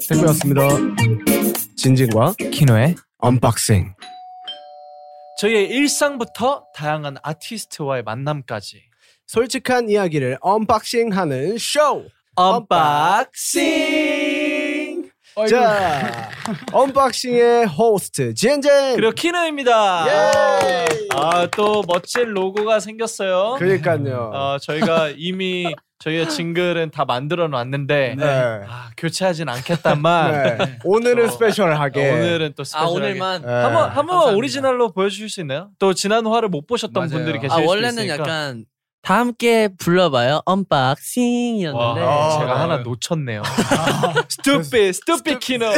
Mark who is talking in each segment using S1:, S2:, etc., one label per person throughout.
S1: 세고였습니다. 진진과
S2: 키노의
S1: 언박싱.
S3: 저희의 일상부터 다양한 아티스트와의 만남까지
S1: 솔직한 이야기를 언박싱하는 쇼.
S3: 언박싱
S1: 자, 언박싱의 호스트 진진.
S3: 그리고 키노입니다.
S1: 예.
S3: 아 또 멋진 로고가 생겼어요.
S1: 그러니까요.
S3: 어, 저희가 이미 저희의 징글은 다 만들어 놨는데
S1: 네.
S3: 아, 교체하진 않겠다만
S1: 네. 오늘은
S3: 또
S1: 스페셜하게.
S3: 아. 오늘은 또
S4: 아
S3: 스페셜하게. 예,
S4: 오늘만
S1: 네.
S3: 한번 한번
S4: 감사합니다.
S3: 오리지널로 보여주실 수 있나요? 또 지난 화를 못 보셨던
S2: 맞아요.
S3: 분들이 계실
S4: 아
S3: 수 있으니까.
S4: 원래는 약간 다 함께 불러봐요
S3: 와,
S4: 언박싱이었는데
S1: 아,
S3: 제가
S1: 네.
S3: 하나 놓쳤네요. 스투피 스투피 키노.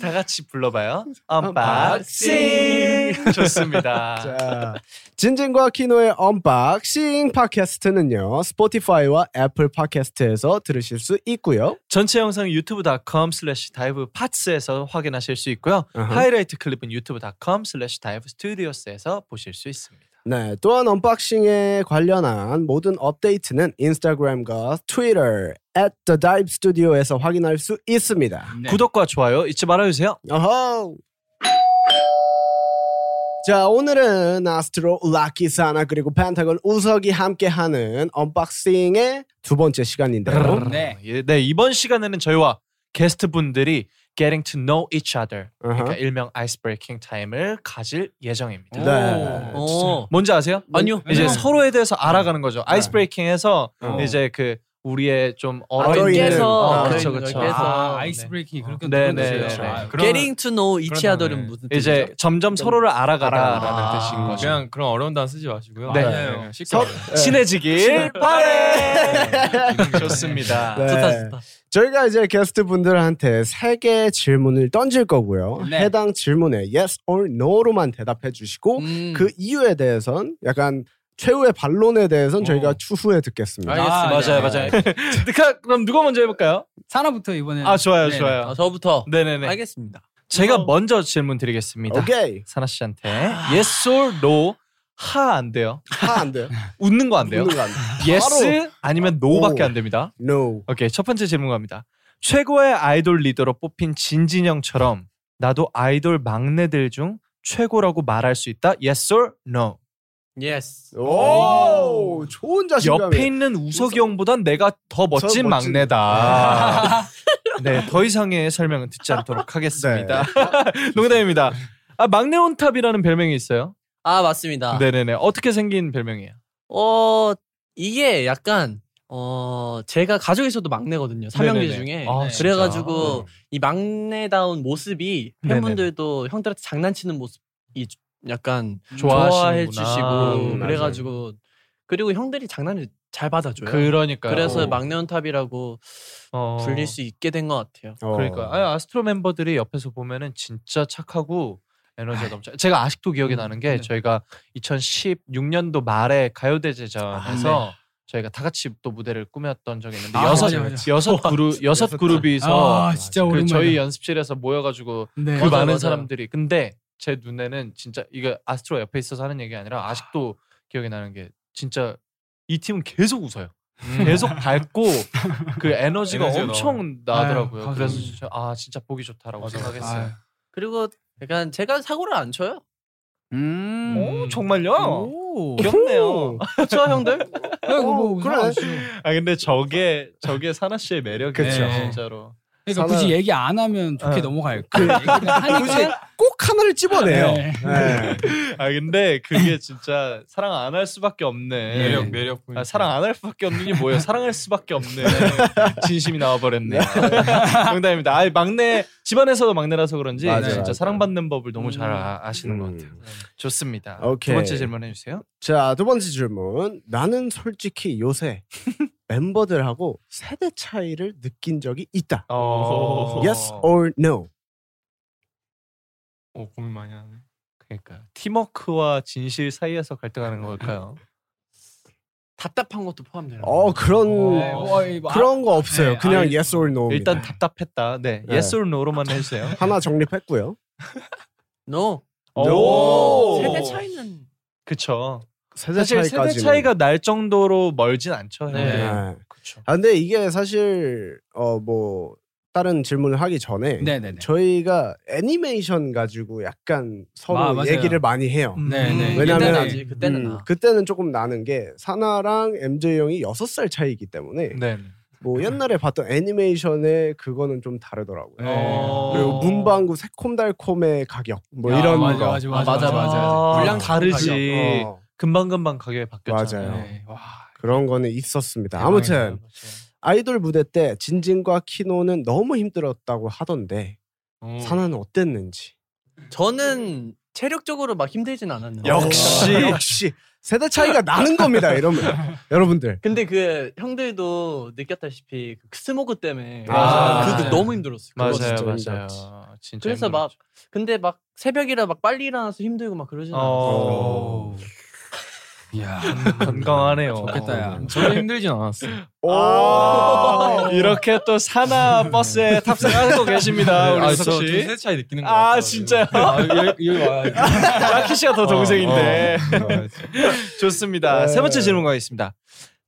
S3: 다 같이 불러봐요. 언박싱. 좋습니다.
S1: 자, 진진과 키노의 언박싱 팟캐스트는요 스포티파이와 애플 팟캐스트에서 들으실 수 있고요.
S3: 전체 영상 은 유튜브닷컴 슬래시 다이브 파츠에서 확인하실 수 있고요.
S1: Uh-huh.
S3: 하이라이트 클립은 유튜브닷컴 슬래시 다이브 스튜디오스에서 보실 수 있습니다.
S1: 네, 또한 언박싱에 관련한 모든 업데이트는 인스타그램과 트위터 at the dive studio에서 확인할 수 있습니다.
S3: 구독과 좋아요 잊지 말아주세요.
S1: 어허! 자, 오늘은 아스트로 라키 사나 그리고 펜타곤 우석이 함께하는 언박싱의 두 번째 시간인데요.
S2: 네.
S3: 예, 네 이번 시간에는 저희와 게스트 분들이 getting to know each other
S1: 어허.
S3: 그러니까 일명 아이스브레이킹 타임을 가질 예정입니다.
S1: 네.
S4: 오,
S3: 뭔지 아세요?
S4: 아니요.
S3: 이제
S2: 아니요.
S3: 서로에 대해서 알아가는 거죠. 아이스브레이킹에서
S1: 어.
S3: 이제 그 우리의
S4: 아,
S3: 좀 얼어
S1: 얼어있는,
S3: 있는
S4: 깨서
S1: 어,
S3: 그렇죠
S4: 얼어있는
S3: 그렇죠.
S4: 걸 깨서.
S2: 아,
S3: 네.
S2: 아이스 브레이킹 그렇게
S3: 네,
S2: 들었어요.
S3: 네, 네, 네.
S2: 아, 그러면
S4: Getting to know each
S2: 그러면-
S4: other은 무슨 뜻이죠?
S3: 이제 점점 서로를 알아가다라는
S2: 아,
S3: 뜻인 거죠.
S5: 그냥 그런 어려운 단어 쓰지 마시고요.
S3: 네.
S5: 그냥 그냥 쉽게
S1: 서-
S5: 말해요.
S3: 친해지길 바래. 좋습니다.
S1: 네.
S4: 좋다 좋다
S1: 저희가 이제 게스트 분들한테 세 개의 질문을 던질 거고요.
S2: 네.
S1: 해당 질문에 yes or no로만 대답해 주시고
S4: 음.
S1: 그 이유에 대해선 약간 최후의 반론에 대해선
S3: 어.
S1: 저희가 추후에 듣겠습니다.
S2: 아,
S3: 맞아요, 맞아요. 그러니까 그럼 누가 먼저 해볼까요?
S2: 사나부터 이번에
S3: 아 좋아요,
S2: 네,
S3: 좋아요.
S4: 아, 저부터
S3: 네네네.
S4: 알겠습니다
S3: 제가 먼저 질문 드리겠습니다.
S1: 오케이.
S3: 사나 씨한테 yes or no 하 안 돼요.
S1: 하안 돼요.
S3: 웃는 거 안 돼요.
S1: 웃는 거안 돼요.
S3: yes 아니면 no밖에 안 됩니다.
S1: No.
S3: 오케이 첫 번째 질문 갑니다. 최고의 아이돌 리더로 뽑힌 진진영처럼 나도 아이돌 막내들 중 최고라고 말할 수 있다. Yes or no.
S4: 예스
S1: 오, 좋은 자신감.
S3: 옆에 있는 우석이 형보단 내가 더 멋진
S1: 저 아, 멋진-
S3: 막내다. 네, 더 이상의 설명은 듣지 않도록 하겠습니다. 농담입니다. 아, 막내 온탑이라는 별명이 있어요.
S4: 아 맞습니다
S3: 네네네. 어떻게 생긴 별명이에요?
S4: 어 이게 약간 어 제가 가족에서도 막내거든요 삼형제
S3: 네네네.
S4: 중에
S3: 아, 진짜?
S4: 그래가지고 이 막내다운 모습이
S3: 네네네.
S4: 팬분들도 형들한테 장난치는 모습이 주- 약간
S3: 좋아하시는구나.
S4: 좋아해 주시고
S1: 음,
S4: 그래가지고 그리고 형들이 장난을 잘 받아줘요. 그,
S3: 그러니까요.
S4: 래서
S1: 어.
S4: 막내 원탑이라고
S3: 어.
S4: 불릴 수 있게 된 것 같아요.
S1: 어.
S3: 그러니까 아, 아스트로 멤버들이 옆에서 보면은 진짜 착하고 에너지가 넘쳐. 제가 아직도 기억이 나는 게
S2: 네.
S3: 저희가 2016년도 말에 가요대제전에서 저희가 다 같이 또 무대를 꾸몄던 적이 있는데
S2: 네. 아,
S3: 여섯
S2: 맞아, 맞아.
S3: 여섯 그룹 여섯 그룹이서
S2: 아 진짜
S3: 그
S2: 오랜만에
S3: 저희 연습실에서 모여가지고
S2: 네.
S3: 그
S4: 맞아,
S3: 많은
S4: 맞아.
S3: 사람들이 근데 제 눈에는 진짜 이거 아스트로 옆에 있어서 하는 얘기 아니라 아직도 기억이 나는 게 진짜 이 팀은 계속 웃어요. 계속 밝고 그 음. 에너지가
S5: 에너지가
S3: 엄청 나더라고요.
S2: 아유,
S3: 그래서
S2: 감사합니다.
S3: 진짜 아 진짜 보기 좋다라고
S5: 맞아요.
S3: 생각했어요.
S4: 그리고 약간 제가 사고를 안 쳐요.
S2: 음.
S3: 오 정말요?
S2: 오.
S3: 귀엽네요.
S4: 쳐 형들?
S2: 야, 이거 뭐
S1: 어,
S2: 그래.
S3: 아 근데 저게 저게 사나 씨의 매력이에요,
S2: 그쵸.
S3: 진짜로.
S2: 그러니까 굳이
S1: 저는-
S2: 얘기 안 하면 좋게
S3: 네.
S2: 넘어갈 거. 얘기를 하니까
S1: 굳이 꼭 하나를 집어내요.
S2: 네.
S1: 네.
S3: 아 근데 그게 진짜 사랑 안 할 수밖에 없네.
S5: 매력 매력 포인트.
S1: 그러니까.
S3: 아, 사랑 안 할 수밖에 없는 게 뭐예요? 사랑할 수밖에 없네. 진심이 나와버렸네. 농담입니다. 아 막내 집안에서도 막내라서 그런지
S1: 맞아요,
S3: 진짜
S1: 맞아요.
S3: 사랑받는 법을 너무 잘
S4: 음.
S3: 아, 아시는 것 같아요.
S1: 음.
S3: 좋습니다.
S1: 오케이.
S3: 두 번째 질문해 주세요.
S1: 자, 두 번째 질문. 나는 솔직히 요새 멤버들하고 세대 차이를 느낀 적이 있다.
S3: 어...
S1: Yes or no?
S5: 오 고민 많이 하네.
S3: 그러니까 팀워크와 진실 사이에서 갈등하는 걸까요?
S4: 답답한 것도 포함돼요.
S1: 어, 그런
S2: 네, 뭐, 이 뭐,
S1: 그런 거 없어요.
S2: 네,
S1: 그냥
S2: 아,
S1: yes or no.
S3: 일단 답답했다. 네,
S1: 네.
S3: yes or no로만 해주세요.
S1: 하나 정립했고요.
S4: No.
S1: 오.
S3: 오,
S4: 세대 차이는
S3: 그쵸.
S1: 세대
S3: 사실 세대
S1: 차이까지는
S3: 차이가 날 정도로 멀진 않죠.
S5: 네.
S3: 네.
S1: 네.
S3: 그렇죠.
S1: 아 근데 이게 사실 어 뭐 다른 질문을 하기 전에
S2: 네네네.
S1: 저희가 애니메이션 가지고 약간 서로
S2: 아, 맞아요.
S1: 얘기를 많이 해요.
S2: 네네.
S1: 음, 왜냐면-
S4: 그때는 아직 그때는
S1: 음,
S4: 아.
S1: 그때는 조금 나는 게 사나랑 MJ 형이 6살 차이기 때문에
S3: 네.
S1: 뭐 옛날에 봤던 애니메이션의 그거는 좀 다르더라고요.
S2: 네.
S3: 어.
S1: 그리고 문방구 새콤달콤의 가격 뭐
S2: 야,
S1: 이런
S2: 맞아,
S1: 거
S2: 맞아,
S4: 아,
S2: 맞아, 맞아,
S3: 아,
S4: 분량
S3: 다르지.
S1: 어,
S3: 금방 금방 가격이 바뀌었잖아요.
S1: 맞아요.
S2: 네. 와.
S1: 그런 거는 있었습니다. 아무튼 아이돌 무대 때 진진과 키노는 너무 힘들었다고 하던데
S5: 어.
S1: 사나는 어땠는지
S4: 저는 체력적으로 막 힘들진 않았는데.
S1: 역시 어, 역시 세대 차이가 나는 겁니다 이러면 여러분들
S4: 근데 그 형들도 느꼈다시피 그 스모그 때문에
S1: 아,
S4: 그거
S3: 맞아요. 네.
S4: 너무 힘들었어요. 그거
S3: 맞아요,
S1: 진짜
S4: 진짜.
S3: 맞아요.
S1: 힘들었지.
S3: 진짜
S4: 그래서 막 근데 막 새벽이라 막 빨리 일어나서 힘들고 막 그러진 않았어요.
S3: 어.
S2: 야.
S3: 건강하네요. 음.
S2: 좋겠다, 야.
S5: 저도 힘들진 않았어요.
S1: 오
S3: 아, 이렇게 또 사나 버스에 탑승하고 계십니다, 우리
S5: 아,
S3: 유석
S5: 저
S3: 씨.
S5: 세대 차이 느끼는 거
S3: 아,
S5: 같아요.
S3: 진짜요?
S5: 아, 여기, 여기 와요.
S3: 라키 씨가 더 동생인데. 좋습니다.
S1: 네.
S3: 세 번째 질문 가겠습니다.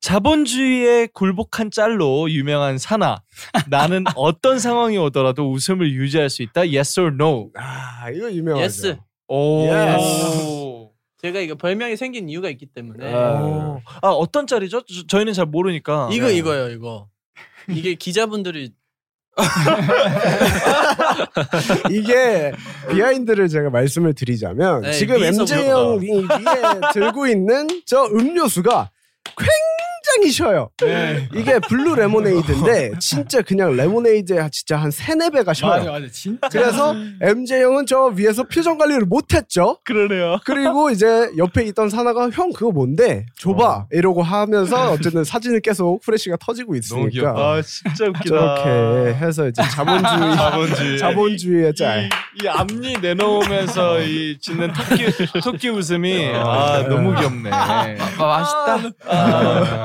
S3: 자본주의의 굴복한 짤로 유명한 사나. 나는 어떤 상황이 오더라도 웃음을 유지할 수 있다. Yes or no.
S1: 아 이거 유명하죠
S4: 예스.
S3: 오.
S1: Yes.
S4: 제가 이거 별명이 생긴 이유가 있기 때문에
S1: 아.
S3: 오. 아 어떤 짤이죠? 저- 저희는 잘 모르니까. 네.
S4: 이거
S1: 네.
S4: 이거예요 이거. 이게 기자분들이
S1: 이게 비하인드를 제가 말씀을 드리자면
S4: 네,
S1: 지금
S4: 위에서
S1: MJ
S4: 보여봐.
S1: 형이 위에 들고 있는 저 음료수가 굉장히 쉬어요.
S3: 네.
S1: 이게 블루 레모네이드인데 진짜 그냥 레모네이드의 진짜 한 세네 배가
S2: 맞아,
S1: 쉬어요.
S2: 맞아. 진짜.
S1: 그래서 MJ 형은 저 위에서 표정 관리를 못했죠.
S3: 그러네요.
S1: 그리고 이제 옆에 있던 사나가 형 그거 뭔데 줘봐 이러고 하면서 어쨌든 사진을 계속 후레쉬가 터지고
S5: 귀엽다.
S1: 있으니까
S3: 아 진짜 웃기다.
S1: 저렇게 해서 이제 자본주의
S3: 자본주의.
S1: 자본주의의 짤.
S3: 이, 이 앞니 내놓으면서 이 짓는 토끼 토끼 웃음이
S1: 아,
S3: 아 너무 귀엽네.
S5: 아, 맛있다.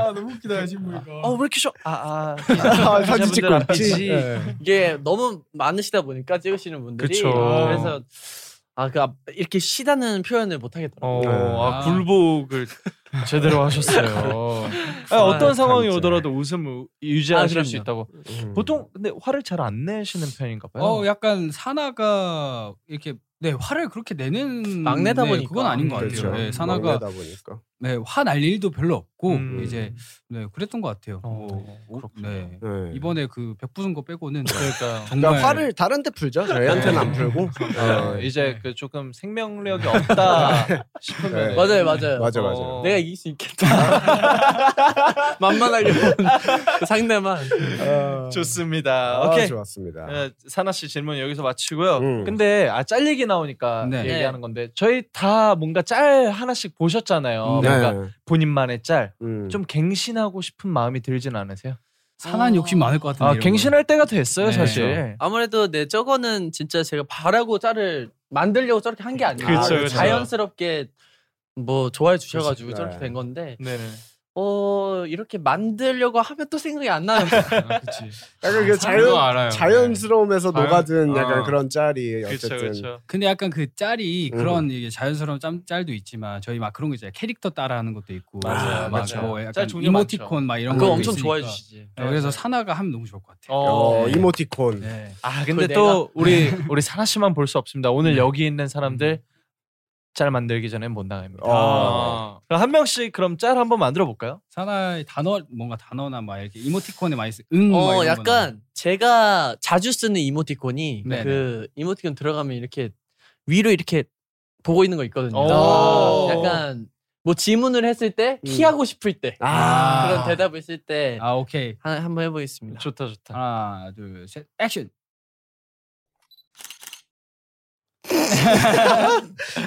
S2: 아, 너무 웃기다, 지금 보니까.
S4: 어 왜 이렇게 쉬어?
S3: 아, 아.
S1: 아, 사진 찍고 있지.
S3: 네.
S1: 예.
S4: 이게 너무 많으시다 보니까 찍으시는 분들이
S3: 그쵸.
S4: 그래서 아그 이렇게 쉬다는 표현을 못
S3: 어,
S4: 하겠더라고요.
S1: 네.
S3: 아, 굴복을 제대로 하셨어요. 아, 어떤 상황이
S1: 진짜.
S3: 오더라도 웃음을 유지하실
S4: 아,
S3: 수
S4: 그럼요.
S3: 있다고.
S1: 음.
S3: 보통 근데 화를 잘 안 내시는 편인가 봐요.
S2: 어, 약간 사나가 이렇게 네 화를 그렇게 내는
S4: 막내다
S2: 네,
S4: 보니까.
S2: 그건 아닌 것 같아요.
S1: 그렇죠.
S2: 네, 사나가
S1: 막내다 보니까.
S2: 네, 화날 일도 별로 없고
S3: 음.
S2: 이제 네 그랬던 것 같아요.
S3: 어, 그렇군요.
S2: 네
S1: 네.
S2: 이번에 그 백부순 거 빼고는
S3: 그러니까
S2: 정말
S1: 그러니까 화를 다른 데 풀죠. 저희한테는 안 풀고. 어,
S3: 네, 이제
S2: 네.
S3: 그 조금 생명력이 없다 싶으면
S1: 네.
S4: 맞아요 맞아요.
S1: 맞아 맞아.
S3: 어.
S4: 내가 이길 수 있겠다. 만만하게 본그 상대만.
S1: 어.
S3: 좋습니다.
S1: 아,
S3: 오케이.
S1: 좋았습니다.
S3: 예, 사나 씨 질문 여기서 마치고요.
S1: 음.
S3: 근데 아, 짤 얘기 나오니까
S2: 네.
S3: 얘기하는 건데 저희 다 뭔가 짤 하나씩 보셨잖아요.
S2: 네.
S3: 뭔가
S1: 그러니까
S3: 본인만의 짤.
S1: 음.
S3: 좀 갱신하고 싶은 마음이 들진 않으세요?
S2: 사난 욕심 많을 것 같은데.
S3: 아,
S2: 이런
S3: 갱신할 때가 됐어요,
S2: 네.
S3: 사실.
S4: 아무래도 네 저거는 진짜 제가 바라고 짤을 만들려고 저렇게 한 게 아니에요.
S1: 그쵸,
S4: 아,
S1: 그쵸.
S4: 자연스럽게 뭐 좋아해 주셔가지고
S1: 그쵸,
S4: 저렇게
S1: 네.
S4: 된 건데
S3: 네네.
S4: 어 이렇게 만들려고 하면 또 생각이 안 나요.
S5: 아, 그치.
S1: 약간 그
S5: 그거
S1: 자연
S2: 네.
S5: 알아요.
S1: 자연스러움에서
S5: 자연-
S1: 녹아든 약간
S5: 어.
S1: 그런 짤이
S3: 그렇죠,
S1: 네, 어쨌든.
S3: 그렇죠.
S2: 거. 근데 약간 그 짤이
S1: 음.
S2: 그런 이게 자연스러운 짬, 짤도 있지만 저희 막 그런 거 있잖아요. 캐릭터 따라하는 것도 있고
S3: 맞아요,
S2: 막
S3: 맞아요.
S2: 뭐 약간
S3: 짤 종류
S2: 이모티콘
S3: 많죠.
S2: 막 이런
S4: 그거
S2: 것도
S4: 엄청
S2: 있으니까.
S4: 좋아해 주시지.
S2: 네, 그래서 사나가 하면 너무 좋을 것 같아요.
S1: 어
S3: 네.
S1: 이모티콘.
S2: 네.
S3: 아, 네. 근데
S4: 그걸
S3: 또 우리 우리 사나 씨만 볼 수 없습니다. 오늘 여기 있는 사람들 짤 만들기 전엔 못 나갑니다.
S1: 어.
S5: 아,
S3: 그럼 한 명씩 그럼 짤 한번 만들어 볼까요?
S2: 사나의 단어 뭔가 단어나 막 이렇게 이모티콘에 많이 쓰. 응. 음, 막
S4: 어
S2: 이런
S4: 약간 제가 자주 쓰는 이모티콘이
S2: 네네.
S4: 그 이모티콘 들어가면 이렇게 위로 이렇게 보고 있는 거 있거든요.
S3: 오.
S4: 약간 뭐 질문을 했을 때
S1: 음.
S4: 피하고 싶을 때
S2: 아.
S4: 그런 대답을 쓸 때
S2: 거나. 아 오케이.
S4: 한- 한번 해보겠습니다.
S3: 좋다, 좋다.
S2: 하나 둘 셋. 액션.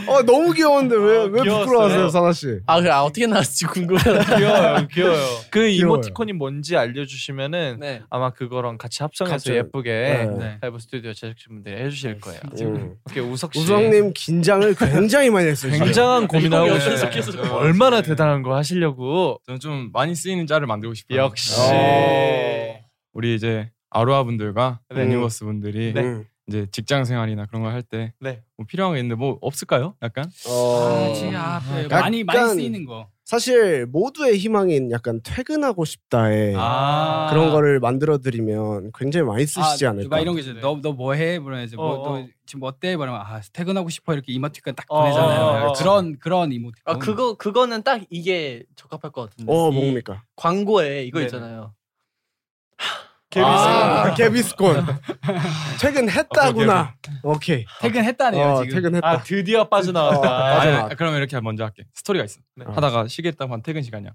S1: 어 너무 귀여운데 왜 왜
S3: 어, 귀여웠어요.
S1: 부끄러워하세요 사나 씨?
S4: 아 그래 아, 어떻게 나왔지 궁금하다.
S3: 아, 귀여워요, 귀여워요. 그
S1: 귀여워요.
S3: 이모티콘이 뭔지 알려주시면은
S4: 네.
S3: 아마 그거랑 같이 합성해서
S1: 같이,
S3: 예쁘게
S1: 네.
S2: 네.
S3: 라이브 스튜디오 제작진분들이 해주실 거예요.
S1: 음.
S3: 오케이 우석 씨.
S1: 우성님 긴장을 굉장히 많이 했어요. 지금.
S3: 굉장한 고민하고
S4: 이거
S3: 계세요.
S4: 계속해서
S3: 얼마나 대단한 거 하시려고.
S5: 저는 좀 많이 쓰이는 짤을 만들고 싶어요.
S3: 역시. 아.
S1: 어.
S5: 우리 이제 아로하 분들과
S1: 네.
S5: 유니버스 분들이
S1: 음.
S5: 이제 직장 생활이나 그런 걸 할 때
S3: 네.
S5: 뭐 필요한 게 있는데 뭐 없을까요? 약간
S1: 어.
S2: 아, 제 앞에
S1: 약간-
S2: 많이 많이 쓰이는 거.
S1: 사실 모두의 희망인 약간 퇴근하고 싶다에
S2: 아.
S1: 네. 그런 거를 만들어 드리면 굉장히 많이 쓰시지
S2: 아,
S1: 않을까.
S2: 막 이런 게 이제 너너 뭐해? 그러면 이제
S3: 네. 어, 어.
S2: 뭐너 지금 어때? 그러면 아 퇴근하고 싶어 이렇게 이모티콘 딱
S3: 어,
S2: 보내잖아요.
S3: 어, 어, 어.
S2: 그런 그런 이모티콘. 어,
S4: 아 그거 그거는 딱 이게 적합할 것 같은데.
S1: 어
S4: 이
S1: 뭡니까?
S4: 광고에 이거
S3: 네네.
S4: 있잖아요.
S1: 아, 개비스콘. 퇴근했다구나. 오케이.
S2: 퇴근했다네요
S1: 어,
S2: 지금.
S1: 퇴근했다.
S3: 아 드디어 빠져나왔다.
S1: 어.
S5: 아니,
S1: 맞아,
S5: 아니, 그러면 이렇게 먼저 할게. 스토리가 있어.
S3: 네.
S5: 하다가 쉬겠다고 한 퇴근 시간이야.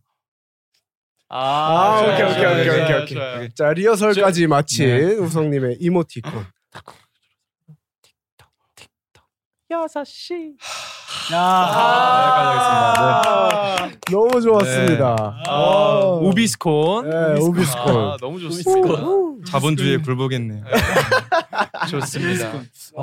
S3: 아,
S1: 아,
S3: 좋아요,
S1: 오케이, 오케이,
S3: 좋아요,
S1: 오케이,
S3: 좋아요,
S1: 오케이, 오케이.
S3: 좋아요.
S1: 자 리허설까지 마친
S5: 네.
S1: 우성님의 이모티콘.
S2: 야.
S5: 아,
S3: 아,
S1: 너무 좋았습니다.
S3: 아,
S1: 어.
S3: 오비스콘.
S1: 네, 오비스콘.
S3: 아, 너무 좋습니다.
S5: 자본주의에
S2: 음. 아,
S5: 굴복했네요.
S3: 좋습니다.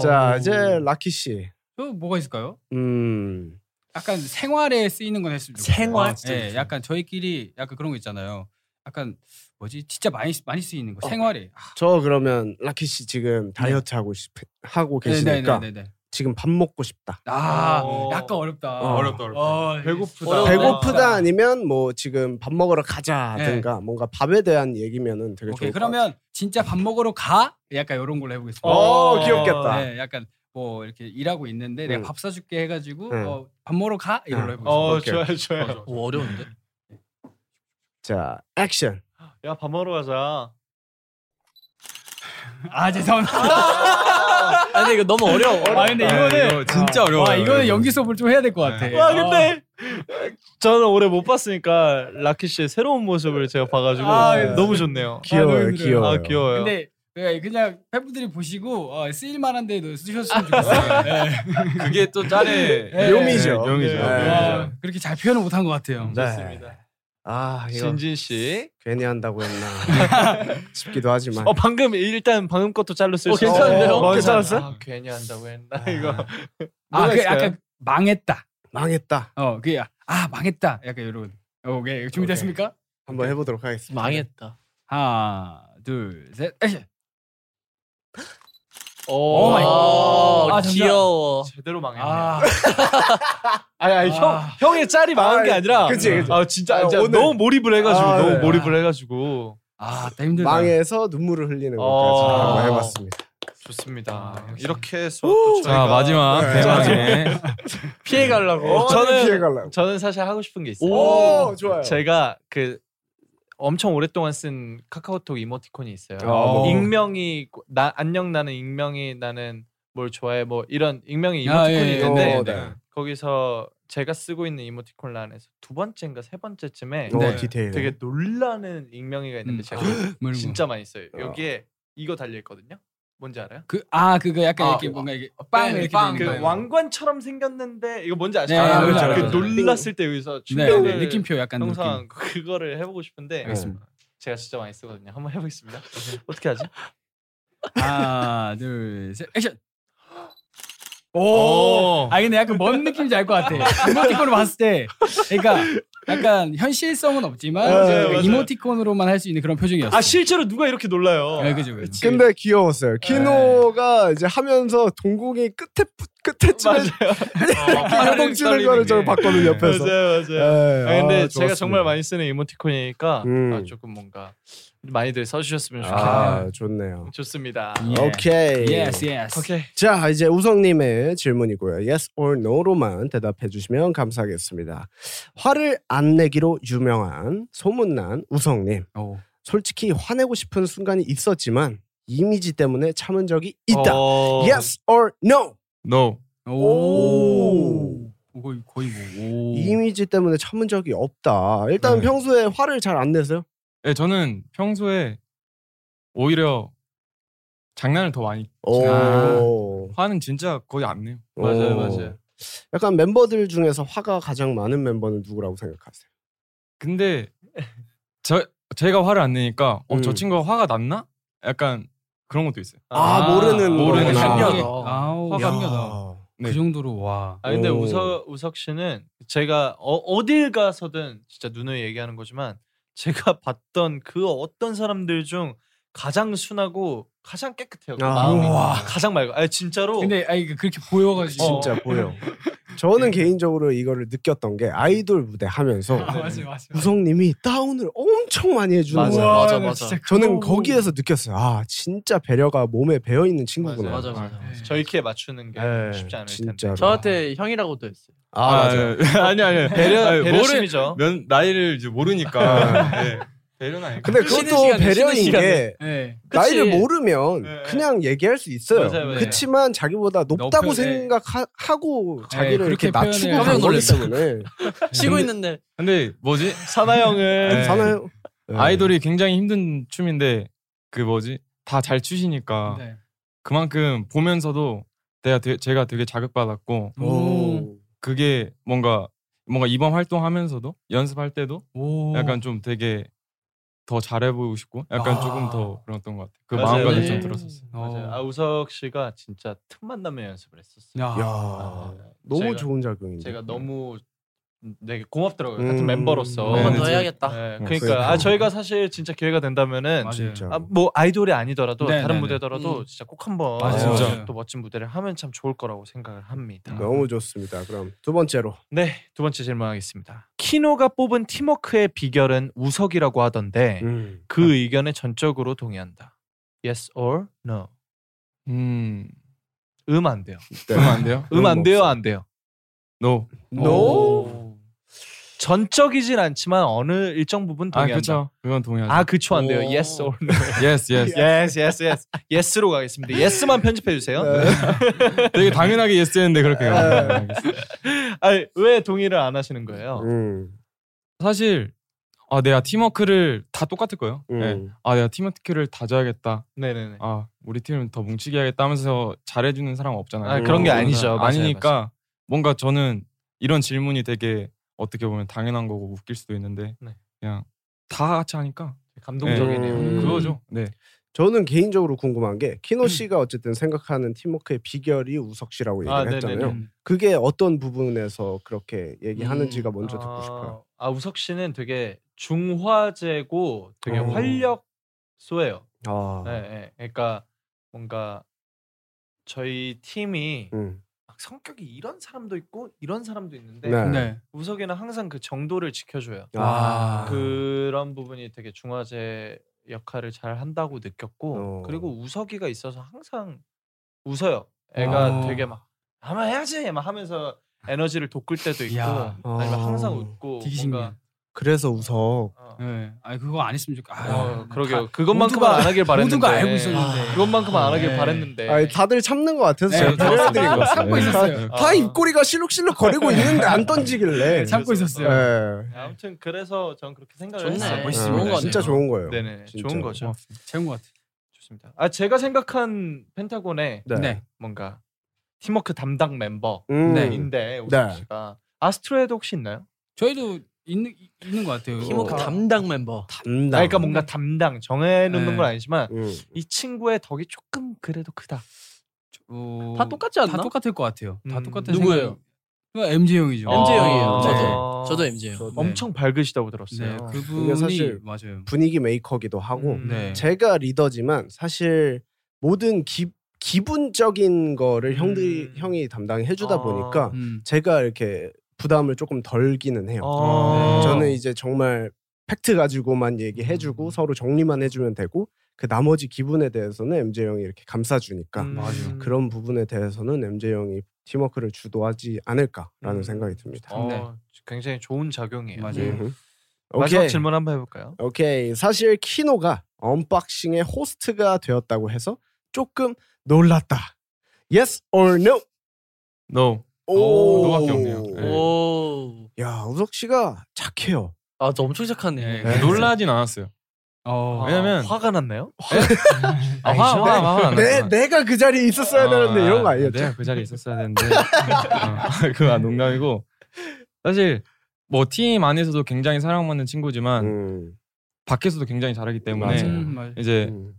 S1: 자
S2: 어.
S1: 이제 라키 씨.
S2: 또 뭐가 있을까요?
S1: 음.
S2: 약간 생활에 쓰이는 건 했으면 좋겠어요.
S4: 생활?
S2: 예, 약간 저희끼리 약간 그런 거 있잖아요. 약간 뭐지? 진짜 많이 쓰- 많이 쓰이는
S1: 어,
S2: 거. 생활에. 아,
S1: 저 그러면 라키 씨 지금 다이어트 하고 싶 하고 계시니까
S2: 네네네네.
S1: 지금 밥 먹고 싶다.
S2: 아,
S3: 어.
S2: 약간 어렵다.
S1: 어.
S5: 어렵다, 어렵다.
S2: 어,
S3: 배고프다.
S2: 어렵다.
S1: 아, 배고프다 아니면 뭐 지금 밥 먹으러 가자든가 뭔가 밥에 대한 얘기면은 되게
S2: 네.
S1: 좋을
S2: 오케이.
S1: 것
S2: 그러면 진짜 밥 먹으러 가? 약간 이런 걸로 해보겠습니다.
S1: 같아요. 오 귀엽겠다.
S2: 네, 약간 뭐 이렇게 일하고 있는데
S1: 음.
S2: 내가 밥 사줄게 해가지고
S1: 음.
S2: 어, 밥 먹으러 가 이걸로
S1: 음.
S2: 해보겠습니다.
S3: 어,
S1: 오케이.
S3: 좋아요, 좋아요.
S4: 오, 어려운데.
S1: 자 액션.
S3: 야, 밥 먹으러 가자.
S2: 아 죄송합니다.
S4: 아 근데 이거 너무 어려워.
S2: 아 근데
S5: 아,
S2: 이거는
S5: 이거 진짜 어려워.
S2: 와 이거는 연기 수업을 좀 해야 될 것 예. 같아. 어.
S5: 네.
S3: 와, 근데 저는 올해 못 봤으니까 라키 씨의 새로운 모습을 제가 봐가지고
S2: 아,
S3: 너무 좋네요.
S1: 귀여워요,
S2: 너무 힘들어요.
S1: 귀여워요.
S3: 아, 귀여워요.
S2: 근데 예, 그냥 팬분들이 보시고 어, 쓰일만한데 너 쓰셨으면 좋겠어요. 네.
S5: 그게 또 짤의
S2: 예.
S1: 묘미죠.
S5: 예, 묘미죠.
S3: 네. 음,
S2: 와, 그렇게 잘 표현을 못한 것 같아요.
S1: 네.
S3: 좋습니다.
S1: 아 이거
S3: 진진 씨.
S1: 괜히 한다고 했나 싶기도 하지만.
S3: 어, 방금 일단 방금 것도 잘랐어요.
S4: 어, 괜찮은데요?
S3: 먼저
S1: 아, 괜찮았어요?
S3: 아, 괜히 한다고 했나 이거.
S2: 아,
S3: 뭐가
S2: 그
S3: 있을까요?
S2: 약간 망했다.
S1: 망했다.
S2: 어, 그게 아 망했다. 약간 이런. 오케이 준비됐습니까?
S1: 한번 해보도록 하겠습니다.
S4: 망했다.
S2: 하나, 둘, 셋, 액션.
S3: 오
S2: 마이
S3: 어,
S4: 오,
S2: 아,
S4: 어,
S2: 진짜.
S4: 귀여워.
S3: 제대로 망했네. 아,
S2: 아,
S3: 아니, 아니
S2: 아.
S3: 형 형의 짤이 망한 게 아니라.
S1: 그치, 그치.
S3: 아 진짜,
S1: 아,
S3: 진짜
S1: 오늘-
S3: 너무 몰입을 해가지고
S1: 아,
S3: 너무
S1: 네.
S3: 몰입을 해가지고
S2: 아, 나 힘들다.
S1: 망해서 눈물을 흘리는 것까지
S3: 어.
S1: 한번 해봤습니다.
S3: 좋습니다.
S2: 아, 역시.
S3: 이렇게 해서 또
S5: 자
S3: 저희가-
S5: 아, 마지막
S1: 네.
S5: 대망의
S4: 피해 가려고.
S3: 어, 저는-
S1: 피해갈라고.
S3: 저는 사실 하고 싶은 게 있어요.
S1: 오, 좋아요.
S3: 제가 그 엄청 오랫동안 쓴 카카오톡 이모티콘이 있어요.
S1: 어.
S3: 익명이 나 안녕 나는 익명이 나는 뭘 좋아해 뭐 이런 익명의
S2: 아,
S3: 이모티콘이
S2: 예, 예.
S3: 있는데
S1: 어, 네.
S3: 거기서 제가 쓰고 있는 이모티콘 란에서 두 번째인가 세 번째쯤에
S1: 어,
S2: 네.
S1: 디테일.
S3: 되게 놀라는 익명이가 있는데
S2: 음.
S3: 제가
S2: 물고.
S3: 진짜 많이 써요.
S1: 어.
S3: 여기에 이거 달려 있거든요. 뭔지 알아요?
S2: 그, 아, 그거 약간
S3: 아,
S2: 이렇게
S3: 와-
S2: 뭔가 이게
S3: 네,
S2: 빵 이렇게
S3: 빵.
S2: 되는
S3: 그
S2: 거.
S3: 왕관처럼 생겼는데 이거 뭔지 아시죠?
S2: 네,
S3: 아,
S1: 알죠,
S3: 그
S1: 알죠.
S3: 놀랐을 때 여기서
S2: 네,
S3: 충격을
S2: 네, 느낌표 약간
S3: 형상
S2: 느낌.
S3: 그거를 해보고 싶은데
S2: 알겠습니다.
S3: 제가 진짜 많이 쓰거든요. 한번 해보겠습니다. 어떻게 하지?
S2: 하나, 둘, 셋, 액션.
S5: 오.
S2: 아 근데 약간 뭔 느낌인지 알 것 같아. 이모티콘을 봤을 때, 그러니까 약간 현실성은 없지만
S1: 맞아요,
S2: 그
S3: 맞아요.
S2: 이모티콘으로만 할 수 있는 그런 표정이었어.
S3: 아 실제로 누가 이렇게 놀라요?
S2: 네, 그죠, 그죠.
S1: 근데
S3: 네.
S1: 귀여웠어요. 키노가 이제 하면서 동공이 끝에 부- 끝에쯤에
S3: 맞아요. 네.
S1: 발동 치는 거를 저를 봤거든요 옆에서.
S3: 맞아요, 맞아요.
S1: 예,
S3: 아, 근데
S1: 아,
S3: 제가
S1: 좋았습니다.
S3: 정말 많이 쓰는 이모티콘이니까
S1: 음.
S3: 아, 조금 뭔가 많이들 써주셨으면 좋겠네요.
S1: 아 좋네요.
S3: 좋습니다.
S2: 예.
S1: 오케이.
S2: Yes, yes.
S3: 오케이.
S1: 자 이제 우성님의 질문이고요. Yes or No로만 대답해 주시면 감사하겠습니다. 화를 안 내기로 유명한 소문난 우성님.
S2: 오.
S1: 솔직히 화내고 싶은 순간이 있었지만 이미지 때문에 참은 적이 있다.
S3: 어.
S1: Yes or No.
S5: No.
S2: 오. 거의 거의 뭐. 오.
S1: 이미지 때문에 참은 적이 없다. 일단
S5: 네.
S1: 평소에 화를 잘 안 내세요?
S5: 예, 저는 평소에 오히려 장난을 더 많이
S1: 아. 오.
S5: 화는 진짜 거의 안 내요.
S1: 오. 약간 멤버들 중에서 화가 가장 많은 멤버는 누구라고 생각하세요?
S5: 근데 저 제가 화를 안 내니까 어, 저
S1: 음.
S5: 친구가 화가 났나? 약간 그런 것도 있어요.
S1: 아, 모르는
S5: 모르는
S1: 거구나.
S5: 신기하다.
S2: 아우,
S5: 화가 안
S2: 신기하다.
S5: 네.
S2: 그 정도로 와.
S3: 아 근데
S1: 오.
S3: 우석 우석 씨는 제가 어, 어딜 가서든 진짜 누누이 얘기하는 거지만 제가 봤던 그 어떤 사람들 중 가장 순하고 가장 깨끗해요. 그
S1: 아.
S3: 마음이
S2: 우와.
S3: 가장 맑아. 아니
S4: 어.
S3: 진짜로.
S2: 근데 아이 그렇게 보여가지고 어.
S1: 진짜 보여. 저는 개인적으로 이거를 느꼈던 게 아이돌 무대 하면서
S2: 아, 맞아요, 맞아요.
S1: 우성님이 다운을 엄청 많이 해주는
S3: 맞아,
S1: 거예요.
S2: 우와,
S3: 맞아,
S2: 나
S3: 맞아.
S2: 진짜
S1: 저는
S2: 그거-
S1: 거기에서 느꼈어요. 아 진짜 배려가 몸에 배어 있는 친구구나.
S4: 맞아 맞아.
S2: 네.
S3: 저희 키에 맞추는 게
S1: 네,
S3: 쉽지 않을 텐데.
S1: 진짜로.
S4: 저한테 형이라고도 했어요.
S1: 아, 맞아.
S5: 아니 아니
S3: 배려
S5: 아니, 모르
S3: 배려심이죠.
S5: 면 나이를 이제 모르니까 예. 배려는 아니고
S1: 근데
S4: 쉬는
S1: 그것도
S4: 시간에, 쉬는
S1: 배려인
S4: 시간에.
S1: 게
S2: 네.
S4: 그치.
S1: 나이를 모르면
S5: 네.
S1: 그냥 얘기할 수 있어요.
S3: 맞아요, 네. 맞아요.
S1: 그치만 자기보다 높다고
S5: 높여, 네.
S1: 생각하고 자기를
S2: 그렇게
S1: 이렇게 낮추고
S2: 표현해요.
S1: 간 거기
S4: 깜짝
S1: 때문에
S4: 쉬고 있는데
S5: 근데 뭐지
S3: 사나 형은
S5: 네.
S1: 사나요? 네.
S5: 아이돌이 굉장히 힘든 춤인데 그 뭐지 다 잘
S1: 아.
S5: 추시니까
S2: 네.
S5: 그만큼 보면서도 내가 되게, 제가 되게 자극받았고
S1: 오.
S5: 그게 뭔가 뭔가 이번 활동하면서도 연습할 때도
S2: 오.
S5: 약간 좀 되게 더 잘해 보이고 싶고 약간
S2: 아.
S5: 조금 더 그랬던 것 같아요. 그
S3: 맞아요.
S5: 마음가짐
S4: 네.
S5: 좀 들었었어요.
S3: 맞아요. 아 우석 씨가 진짜 틈만 나면 연습을 했었어요.
S1: 야
S2: 야.
S3: 아,
S1: 너무
S3: 제가-
S1: 좋은 작용인데.
S3: 제가 너무 되게 고맙더라고요.
S1: 음.
S3: 같은 멤버로서.
S5: 네,
S4: 한번 더
S5: 네.
S4: 해야겠다.
S3: 네,
S1: 그러니까.
S3: 그러니까 아 저희가 사실 진짜 기회가 된다면은
S2: 맞아요.
S1: 진짜.
S3: 아, 뭐 아이돌이 아니더라도
S2: 네,
S3: 다른
S2: 네,
S3: 무대더라도
S4: 음.
S3: 진짜 꼭 한번 어,
S2: 맞아요.
S5: 진짜.
S3: 또 멋진 무대를 하면 참 좋을 거라고 생각을 합니다.
S1: 너무 좋습니다. 그럼 두 번째로
S3: 네, 두 번째 질문하겠습니다. 키노가 뽑은 팀워크의 비결은 우석이라고 하던데
S1: 음.
S3: 그 의견에 전적으로 동의한다. Yes or no?
S5: 음,
S3: 음 안 돼요.
S1: 네.
S5: 그럼 안 돼요?
S3: 음 안 돼요,
S1: 없어.
S3: 안 돼요.
S5: No.
S1: No.
S3: 전적이진 않지만 어느 일정 부분
S5: 아
S3: 동의한다.
S5: 그렇죠. 그건 동의하죠.
S3: 아, 그쵸 안 돼요.
S4: 오.
S3: Yes or no?
S5: yes yes.
S3: Yes, yes, yes. Yes로 가겠습니다. Yes만 편집해 주세요.
S5: 되게 당연하게 예스했는데 그렇게 가요.
S1: 네.
S5: 네, 알겠습니다.
S3: 아니, 왜 동의를 안 하시는 거예요?
S1: 음.
S5: 사실 아 내가 팀워크를 다 똑같을 거예요.
S1: 음.
S5: 네. 아 내가 팀워크를 다 줘야겠다.
S3: 네네네.
S5: 아 우리 팀은 더 뭉치게 하겠다 하면서 잘해주는 사람 없잖아요. 음.
S3: 아, 그런
S1: 게
S3: 아니죠. 맞아요,
S5: 아니니까 뭔가 저는 이런 질문이 되게 어떻게 보면 당연한 거고 웃길 수도 있는데
S3: 네.
S5: 그냥 다 같이 하니까
S3: 감동적이네요.
S1: 음.
S5: 그거죠. 네.
S1: 저는 개인적으로 궁금한 게 키노 씨가 어쨌든 생각하는 팀워크의 비결이 우석 씨라고 얘기를
S3: 아, 네네네.
S1: 했잖아요.
S3: 음.
S1: 그게 어떤 부분에서 그렇게 얘기하는지가 먼저
S3: 아,
S1: 듣고 싶어요.
S3: 아 우석 씨는 되게 중화제고 되게
S1: 어.
S3: 활력 쏘예요.
S1: 아,
S3: 네, 네. 그러니까 뭔가 저희 팀이
S1: 음.
S3: 막 성격이 이런 사람도 있고 이런 사람도 있는데
S1: 네.
S2: 네.
S3: 우석이는 항상 그 정도를 지켜줘요.
S1: 아.
S3: 그런 부분이 되게 중화제 역할을 잘 한다고 느꼈고
S1: 어.
S3: 그리고 우석이가 있어서 항상 웃어요. 애가
S2: 아.
S3: 되게 막 한번 해야지 막 하면서 에너지를 돋굴 때도 있고
S2: 야. 어.
S3: 아니면
S1: 아.
S3: 항상 웃고 뭔가
S2: 되게 신기해.
S1: 그래서 우석.
S3: 어.
S2: 네. 아 그거 안 했으면 좋겠. 아,
S3: 어,
S2: 다-
S3: 그러게요. 그것만큼은
S2: 모두가-
S3: 안 하길 바랬는데.
S2: 모두가 알고
S4: 아.
S2: 있었는데.
S3: 그것만큼은 안 하길
S2: 네.
S3: 바랬는데.
S1: 아니, 다들 참는 것 같아서
S2: 네,
S1: 제가
S2: 다-
S1: 배려해드린 것 같아요.
S2: 참고 있었어요.
S1: 다, 다
S3: 아.
S1: 입꼬리가 실룩실룩 거리고 있는데 안 던지길래.
S2: 네, 참고 있었어요.
S1: 네.
S3: 아무튼 그래서 전 그렇게 생각을
S4: 좋네.
S3: 했어요.
S1: 네,
S4: 멋있습니다. 좋은 거
S1: 진짜 좋은 거예요.
S3: 네네. 좋은
S1: 진짜로.
S3: 거죠.
S2: 재운 것 같아.
S3: 좋습니다. 아 제가 생각한 펜타곤의
S1: 네.
S2: 네.
S3: 뭔가 팀워크 담당 멤버인데
S1: 음.
S2: 네.
S1: 네.
S3: 우석 씨가 아스트로에도 혹시 있나요?
S2: 저희도 있는 있는 것 같아요.
S4: 팀워크
S1: 어.
S4: 담당 멤버.
S1: 담당.
S3: 아, 그러니까 뭔가 담당 정해놓는
S2: 네.
S3: 건 아니지만
S1: 음.
S3: 이 친구의 덕이 조금 그래도 크다.
S2: 어,
S4: 다 똑같지 않나?
S2: 다 똑같을 것 같아요. 다
S3: 음.
S2: 똑같은
S4: 누구예요?
S2: 생각이... MJ 형이죠.
S4: MJ 형이에요.
S3: 아.
S4: 어, 저도. 저도 네. MJ요.
S3: 엄청 밝으시다고
S2: 네,
S3: 들었어요.
S2: 그분이
S1: 아, 사실
S2: 맞아요.
S1: 분위기 메이커기도 하고
S3: 음.
S2: 네.
S1: 제가 리더지만 사실 모든 기, 기분적인 거를 형들이
S3: 음.
S1: 형이 담당해 주다
S3: 아.
S1: 보니까
S2: 음.
S1: 제가 이렇게 부담을 조금 덜기는 해요.
S3: 아.
S2: 네.
S1: 저는 이제 정말 팩트 가지고만 얘기해 주고
S3: 음.
S1: 서로 정리만 해 주면 되고 그 나머지 기분에 대해서는 MJ 형이 이렇게 감싸 주니까
S3: 음.
S2: 맞아요.
S1: 그런 부분에 대해서는 MJ 형이 팀워크를 주도하지 않을까라는
S3: 음.
S1: 생각이 듭니다.
S3: 어,
S2: 네.
S3: 굉장히 좋은 작용이에요. 네.
S2: 맞아요.
S1: 음.
S3: 마지막
S1: 오케이.
S3: 질문 한번 해볼까요?
S1: 오케이. 사실 키노가 언박싱의 호스트가 되었다고 해서 조금 놀랐다. Yes or no?
S5: No.
S1: 오,
S5: 노밖에 없네요. 네.
S4: 오.
S1: 야 우석 씨가 착해요.
S4: 아, 저 엄청 착하네.
S2: 네.
S1: 네.
S5: 놀라진 않았어요.
S2: 어.
S5: 네. 왜냐면-
S3: 아, 화가 났나요?
S5: 아, 화, 화, 화, 화, 화.
S1: 내 내가 그 자리에 있었어야 되는데 이런 거 아니었죠?
S5: 내가 그 자리에 있었어야 되는데. 어, 그거 농담이고. 사실 뭐 팀 안에서도 굉장히 사랑받는 친구지만
S1: 음,
S5: 밖에서도 굉장히 잘하기 때문에
S1: 맞아요.
S2: 음, 맞아요.
S5: 이제
S1: 음.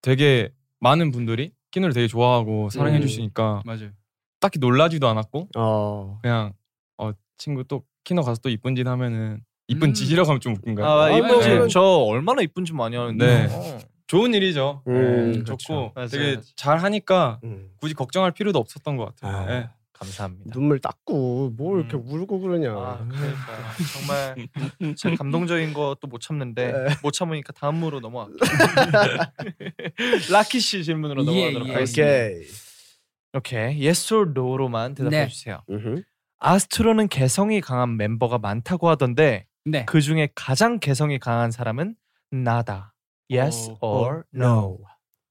S5: 되게 많은 분들이 키노를 되게 좋아하고 사랑해
S1: 음.
S5: 주시니까
S2: 맞아요.
S5: 딱히 놀라지도 않았고
S1: 어.
S5: 그냥 어 친구 또 키노 가서 또 이쁜 짓 하면은 이쁜
S2: 음.
S5: 짓이라고 하면 좀 웃긴가요?
S3: 아,
S1: 아,
S3: 이쁜
S1: 네.
S3: 집. 저 얼마나 이쁜 집 많이 하는데.
S5: 네.
S3: 어.
S5: 좋은 일이죠.
S1: 음,
S5: 네,
S3: 그렇죠.
S5: 좋고
S3: 맞아요,
S5: 되게
S3: 맞아요.
S5: 잘 하니까
S1: 음.
S5: 굳이 걱정할 필요도 없었던 것 같아요.
S1: 아.
S5: 네.
S3: 감사합니다.
S1: 눈물 닦고 뭘 이렇게
S3: 음.
S1: 울고 그러냐.
S3: 아, 그러니까 정말 참 감동적인 것도 못 참는데
S1: 네.
S3: 못 참으니까 다음으로 넘어가. 라키 씨 질문으로
S2: 예,
S3: 넘어가도록
S2: 예.
S3: 하겠습니다.
S1: 오케이.
S3: 이렇게 yes or no로만 대답해
S2: 네.
S3: 주세요.
S1: 음흠.
S3: 아스트로는 개성이 강한 멤버가 많다고 하던데
S2: 네.
S3: 그 중에 가장 개성이 강한 사람은 나다. Yes
S2: 오.
S3: or no.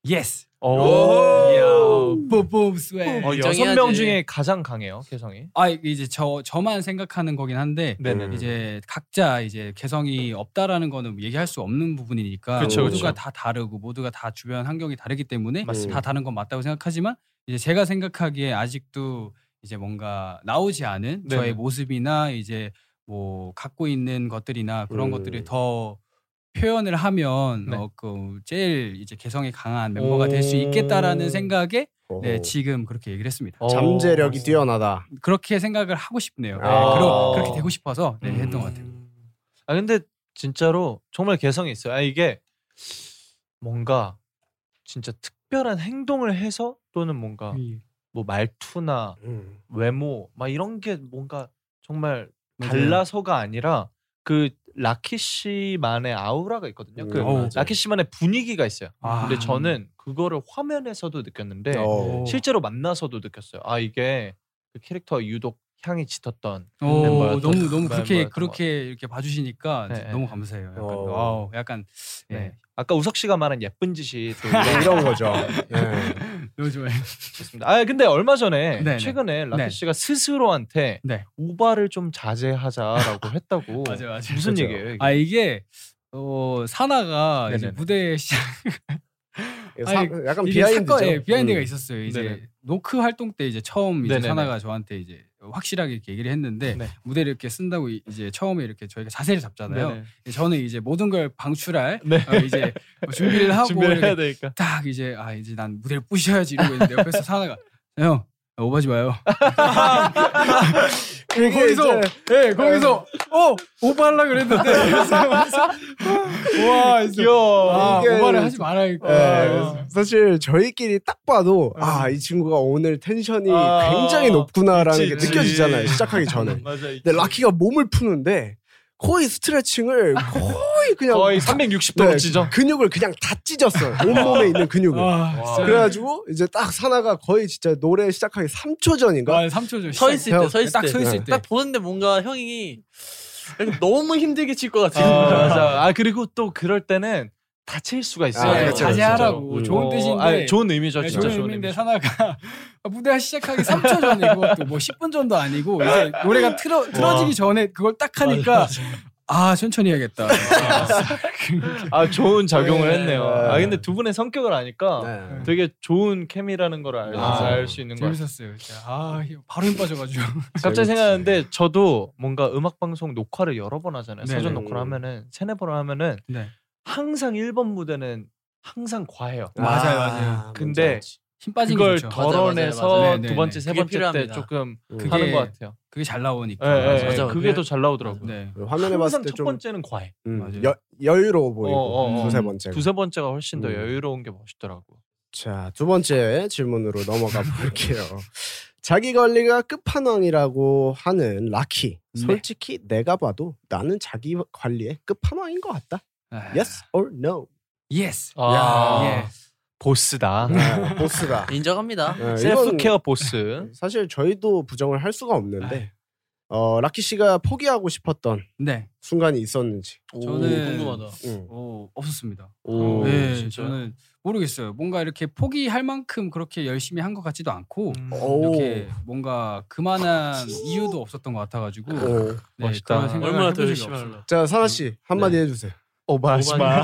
S2: 예스.
S3: 오.
S2: 오. 뿜뿜 스웨.
S3: 어, 여섯
S4: 인정해야지.
S3: 명 중에 가장 강해요
S1: 음.
S3: 개성이.
S2: 아 이제 저 저만 생각하는 거긴 한데
S3: 네네.
S2: 이제 각자 이제 개성이 없다라는 거는 얘기할 수 없는 부분이니까
S3: 그쵸,
S2: 모두가
S3: 그쵸.
S2: 다 다르고 모두가 다 주변 환경이 다르기 때문에
S1: 맞습니다.
S2: 다 다른 건 맞다고 생각하지만 이제 제가 생각하기에 아직도 이제 뭔가 나오지 않은
S3: 네네.
S2: 저의 모습이나 이제 뭐 갖고 있는 것들이나 그런
S1: 음.
S2: 것들을 더 표현을 하면
S3: 네.
S2: 어, 그 제일 이제 개성이 강한 멤버가 될 수 있겠다라는
S1: 오.
S2: 생각에 네,
S1: 오.
S2: 지금 그렇게 얘기를 했습니다.
S3: 오.
S1: 잠재력이 뛰어나다.
S2: 그렇게 생각을 하고 싶네요. 네,
S1: 아.
S2: 그러, 그렇게 되고 싶어서 네, 했던 것 같아요.
S3: 아 근데 진짜로 정말 개성이 있어요. 아 이게 뭔가 진짜 특별한 행동을 해서 또는 뭔가
S2: 음.
S3: 뭐 말투나
S1: 음.
S3: 외모 막 이런 게 뭔가 정말
S2: 맞아요.
S3: 달라서가 아니라 그 라키 씨만의 아우라가 있거든요. 그
S2: 오.
S1: 맞아.
S3: 라키 씨만의 분위기가 있어요.
S2: 아.
S3: 근데 저는 그거를 화면에서도 느꼈는데
S2: 네.
S1: 어.
S3: 실제로 만나서도 느꼈어요. 아 이게 그 캐릭터 유독 향이 짙었던
S2: 오,
S3: 멤버였던
S2: 너무 너무
S3: 멤버였던
S2: 그렇게
S3: 것
S2: 그렇게 이렇게 봐주시니까
S3: 네,
S2: 너무 감사해요. 약간,
S1: 어.
S2: 와우, 약간 예,
S3: 네. 아까 우석 씨가 말한 예쁜 짓이 또
S1: 네,
S3: 이런
S1: 이런 거죠. 예.
S2: 너무 좋아요.
S3: 좋습니다. 아 근데 얼마 전에
S2: 네네.
S3: 최근에 라켓
S2: 네.
S3: 씨가 스스로한테
S2: 네.
S3: 오바를 좀 자제하자라고 했다고.
S2: 맞아요, 맞아요.
S3: 무슨
S1: 맞아요.
S3: 얘기예요? 이게?
S2: 아 이게 어 사나가 이제
S3: 네네네.
S2: 무대 시작
S1: 사,
S2: 아니,
S1: 약간
S2: 이게
S1: 비하인드죠.
S2: 사건, 예, 비하인드가
S1: 음.
S2: 있었어요. 이제
S3: 네네.
S2: 노크 활동 때 이제 처음 이제
S3: 네네네.
S2: 사나가 저한테 이제 확실하게 이렇게 얘기를 했는데
S3: 네.
S2: 무대를 이렇게 쓴다고 이- 이제 처음에 이렇게 저희가 자세를 잡잖아요.
S3: 네네.
S2: 저는 이제 모든 걸 방출할
S3: 네.
S2: 어, 이제 뭐 준비를 하고
S3: 준비를 해야
S2: 이렇게
S3: 되니까.
S2: 딱 이제 아 이제 난 무대를 부셔야지 이러고 있는데 옆에서 사나가 형 오버하지 마요.
S1: 그게
S2: 거기서
S1: 이제-
S2: 예 거기서 어 오버하려 그랬는데 그래서 와 이제 아,
S1: 이게
S2: 오버를 하지 말아야겠고.
S3: 네,
S1: 예, 사실 저희끼리 딱 봐도
S2: 음.
S1: 아 이 친구가 오늘 텐션이
S3: 아,
S1: 굉장히 높구나라는
S3: 있지,
S1: 게
S3: 있지.
S1: 느껴지잖아요 시작하기 전에
S2: 음.
S3: 맞아.
S1: 근데 라키가 몸을 푸는데 거의 스트레칭을 거의 그냥
S3: 거의
S1: 다-
S3: 360도로
S1: 네,
S3: 찢어.
S1: 근육을 그냥 다 찢었어요 온몸에 있는 근육을
S2: 와,
S3: 와.
S2: 진짜.
S1: 그래가지고 이제 딱 사나가 거의 진짜 노래 시작하기 3초 전인가
S2: 와, 아, 3초 전.
S4: 서 있을 때, 서 있을 때. 네. 예.
S2: 딱서 있을 때.
S4: 딱 보는데 뭔가 형이 약간 너무 힘들게 칠 것 같아요.
S3: 아, 맞아. 아 그리고 또 그럴 때는 다칠 수가 있어요.
S1: 아, 그렇죠, 그렇죠.
S2: 네, 자제하라고
S1: 음.
S2: 좋은 뜻인데.
S3: 아, 좋은 의미죠.
S2: 네,
S3: 진짜
S2: 좋은 의미인데 사나가 무대 시작하기 3초 전에 그것도 뭐 10분 전도 아니고 이제 노래가 틀어 틀어지기 전에 그걸 딱 하니까 아 천천히 해야겠다.
S3: 아 좋은 작용을
S4: 네.
S3: 했네요. 아 근데 두 분의 성격을 아니까
S1: 네.
S3: 되게 좋은 케미라는 걸 알
S1: 아,
S3: 수 있는 것 같아요.
S2: 재밌었어요. 진짜. 아 바로 힘 빠져가지고.
S3: 갑자기
S1: 재밌지.
S3: 생각하는데 저도 뭔가 음악 방송 녹화를 여러 번 하잖아요.
S2: 네네.
S3: 사전 녹화를 하면은 세네 번을 하면은
S2: 네.
S3: 항상 1번 무대는 항상 과해요.
S1: 아,
S2: 맞아요, 맞아요.
S1: 뭔지 알지.
S2: 힘 빠진 게
S3: 그걸
S2: 좋죠.
S4: 더-
S3: 덜어내서
S4: 그렇죠. 맞아요,
S2: 맞아요. 네네네.
S3: 두 번째 세
S4: 그게
S3: 번째 때
S4: 필요합니다.
S3: 조금
S1: 음.
S3: 하는
S2: 그게-
S3: 것 같아요.
S2: 그게 잘 나오니까.
S3: 예, 예, 예.
S4: 맞아.
S3: 그게 더 잘 나오더라고요.
S2: 네.
S1: 화면에 봤을
S3: 항상 첫
S1: 때 좀 음,
S3: 번째는 과해.
S2: 맞아요.
S1: 여유로워
S3: 어,
S1: 보이고
S3: 어, 어.
S1: 두세 번째
S3: 두세 번째가 훨씬 더
S1: 네. 음.
S3: 여유로운 게 멋있더라고.
S1: 자, 두 번째 질문으로 넘어가 볼게요. 자기 관리가 끝판왕이라고 하는 라키.
S2: 네.
S1: 솔직히 내가 봐도 나는 자기 관리의 끝판왕인 것 같다. Yes or no?
S2: 예스.
S3: 아.
S2: 아. 예.
S3: 보스다.
S1: 네, 보스가.
S4: 인정합니다.
S1: 네, 이건
S3: 셀프케어 보스.
S1: 사실 저희도 부정을 할 수가 없는데 어, 라키 씨가 포기하고 싶었던
S2: 네.
S1: 순간이 있었는지. 음.
S4: 오,
S2: 저는-
S4: 궁금하다.
S1: 응.
S2: 오, 없었습니다.
S1: 오,
S2: 네,
S4: 진짜요?
S2: 저는 모르겠어요. 뭔가 이렇게 포기할 만큼 그렇게 열심히 한 것 같지도 않고
S4: 음.
S3: 음.
S1: 오.
S2: 이렇게 뭔가 그만한 이유도 없었던 것 같아가지고
S1: 오.
S2: 네,
S3: 멋있다.
S2: 그런 생각을
S4: 얼마나
S2: 해본
S4: 더
S2: 적이
S4: 열심히
S2: 없어요.
S4: 하려고.
S1: 자, 사나 씨 한마디 해주세요.
S3: 음. 네. 오바하지
S4: 마.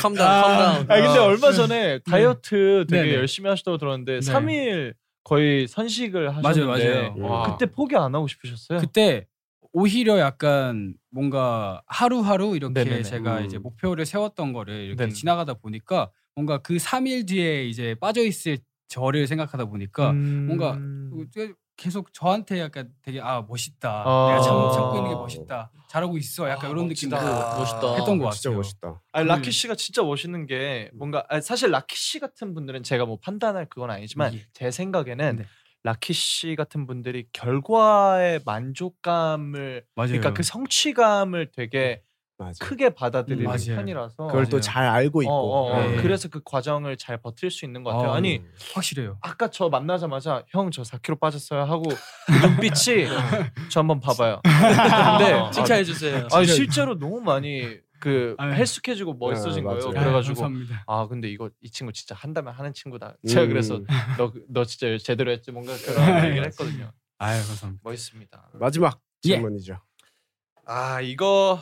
S4: 컴다운, 컴다운.
S3: 아 근데 얼마 전에 다이어트 되게
S2: 네. 네네.
S3: 열심히 하시다고 들었는데
S2: 네.
S3: 3일 거의 선식을 하셨는데
S2: 맞아요, 맞아요.
S1: 와.
S3: 그때 포기 안 하고 싶으셨어요?
S2: 그때 오히려 약간 뭔가 하루하루 이렇게
S3: 네네네.
S2: 제가
S1: 음.
S2: 이제 목표를 세웠던 거를 이렇게
S3: 네네.
S2: 지나가다 보니까 뭔가 그 3일 뒤에 이제 빠져 있을 저를 생각하다 보니까 그러니까
S3: 음.
S2: 뭔가 그 계속 저한테 약간 되게 아 멋있다.
S3: 아.
S2: 내가 참, 참고 있는 게 멋있다. 잘하고 있어. 약간 이런 느낌으로 그러니까
S3: 멋지다.
S4: 그, 멋있다.
S2: 했던 것 같아요.
S1: 진짜 멋있다.
S3: 아니,
S2: 그-
S3: 라키 씨가 진짜 멋있는 게 뭔가 아니, 사실 라키 씨 같은 분들은 제가 뭐 판단할 그건 아니지만
S2: 예.
S3: 제 생각에는
S2: 네.
S3: 라키 씨 같은 분들이 결과의 만족감을
S2: 맞아요.
S3: 그러니까 그 성취감을 되게
S1: 맞아.
S3: 크게 받아들이는
S2: 음, 맞아요.
S3: 편이라서
S1: 그걸 또
S2: 맞아요.
S1: 잘 알고 음.
S3: 어,
S1: 있고.
S3: 어, 어.
S2: 네.
S3: 그래서 그 과정을 잘 버틸 수 있는 것 같아요.
S2: 아,
S3: 아니
S1: 음.
S2: 확실해요.
S3: 아까 저 만나자마자 형 저 4kg 빠졌어요 하고 그 눈빛이 저 한번 봐봐요.
S4: 아,
S2: 아,
S3: 근데
S4: 칭찬해 주세요.
S3: 아 실제로 너무 많이 그
S2: 네. 아유. 네.
S3: 헬쑥해지고 멋있어진
S1: 아,
S3: 거예요.
S1: 맞아요.
S3: 네, 그래가지고
S2: 감사합니다.
S3: 아 근데 이거 이 친구 진짜 한다면 하는 친구다. 제가 그래서
S1: 음.
S3: 너 너 진짜 제대로 했지 뭔가
S2: 네.
S3: 그런 얘기를 했거든요.
S2: 아유 감사합니다.
S3: 멋있습니다.
S1: 마지막
S2: 예.
S1: 질문이죠.
S3: 아 이거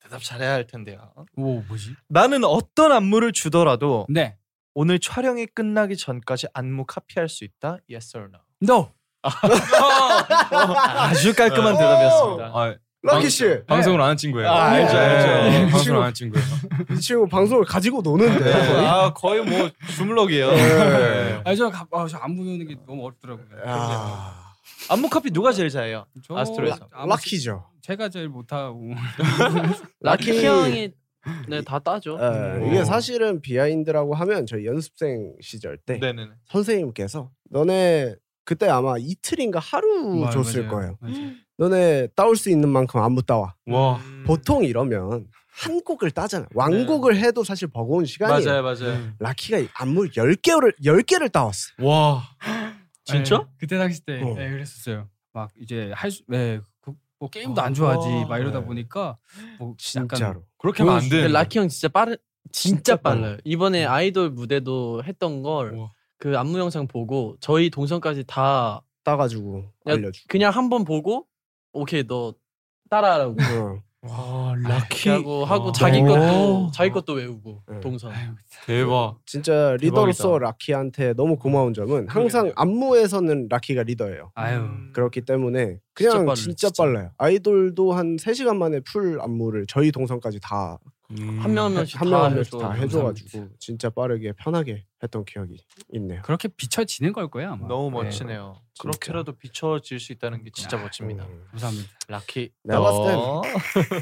S3: 대답 잘해야 할 텐데요.
S2: 오 뭐지?
S3: 나는 어떤 안무를 주더라도
S2: 네.
S3: 오늘 촬영이 끝나기 전까지 안무 카피할 수 있다. Yes or no.
S2: No.
S3: 아주 깔끔한 대답이었습니다.
S5: 아,
S1: 락키 씨,
S5: 방송을 안 한 친구예요.
S3: 아,
S1: 알죠, 알죠. 이 친구-
S5: 네. 방송을 안 한 친구예요.
S1: 이 친구 방송을 가지고 노는데. 거의.
S3: 아 거의 뭐 주물럭이에요.
S1: 네.
S2: 아저안 아, 저안 보는 게 너무
S3: 네.
S2: 어렵더라고요.
S1: 아,
S3: 안무 카피 누가 제일 잘해요?
S2: 저
S3: 아스트로에서.
S2: 아마
S1: 락키죠.
S2: 제가 제일 못하고
S5: 아, 그
S4: 라키 형이 네다 따죠.
S3: 음.
S1: 예, 이게 사실은 비하인드라고 하면 저희 연습생 시절 때
S3: 네네네.
S1: 선생님께서 너네 그때 아마 이틀인가
S3: 음,
S1: 하루 줬을 거예요.
S2: 맞아요.
S1: 너네 따올 수 있는 만큼 안무 따와.
S5: 와,
S3: 음.
S1: 보통 이러면 한 곡을 따잖아. 완곡을 해도 사실 버거운 시간이에요.
S3: 맞아요 맞아요.
S1: 라키가 이 안무 10개를 10개를 따왔어.
S5: 와.
S2: 네, 그때 당시 때
S1: 어.
S2: 네, 그랬었어요. 막 이제 할 수, 네, 그, 뭐 게임도 안 좋아하지
S3: 아,
S2: 막 이러다
S1: 네.
S2: 보니까 뭐 약간
S1: 진짜로.
S5: 그렇게 하면 안
S4: 근데
S5: 돼.
S4: 라키 형 진짜 빠르 진짜
S1: 빨라.
S4: 빨라요. 이번에 아이돌 무대도 했던 걸
S5: 우와.
S4: 그 안무 영상 보고 저희 동선까지 다
S1: 따 가지고
S4: 야,
S1: 알려 주고.
S4: 그냥 한 번 보고 오케이 너 따라하라고
S1: 어.
S5: 와,
S4: 이렇게 하고 하고
S5: 어.
S4: 자기
S5: 오.
S4: 것도 자기 것도 외우고
S1: 네.
S4: 동선.
S2: 아유,
S5: 대박.
S1: 진짜 리더로서
S5: 대박이다.
S1: 라키한테 너무 고마운 점은 항상 안무에서는 라키가 리더예요.
S3: 음.
S2: 아유
S1: 그렇기 때문에 그냥
S4: 진짜
S1: 진짜,
S4: 빨라요, 진짜.
S1: 빨라요. 아이돌도 한 3시간 만에 풀 안무를 저희 동선까지 다
S5: 음.
S4: 한 명 한 명씩
S1: 한 명 한
S4: 다
S1: 명씩 다 해줘 가지고
S4: 감사합니다.
S1: 진짜 빠르게 편하게 했던 기억이 있네요.
S2: 그렇게 비춰지는 걸 거예요 아마.
S3: 너무
S2: 네,
S3: 음. 멋지네요. 그렇게라도 비춰질 수 있다는 게 진짜 멋집니다.
S1: 음,
S2: 감사합니다.
S3: 라키.
S1: 내가 봤을 땐-
S3: 너.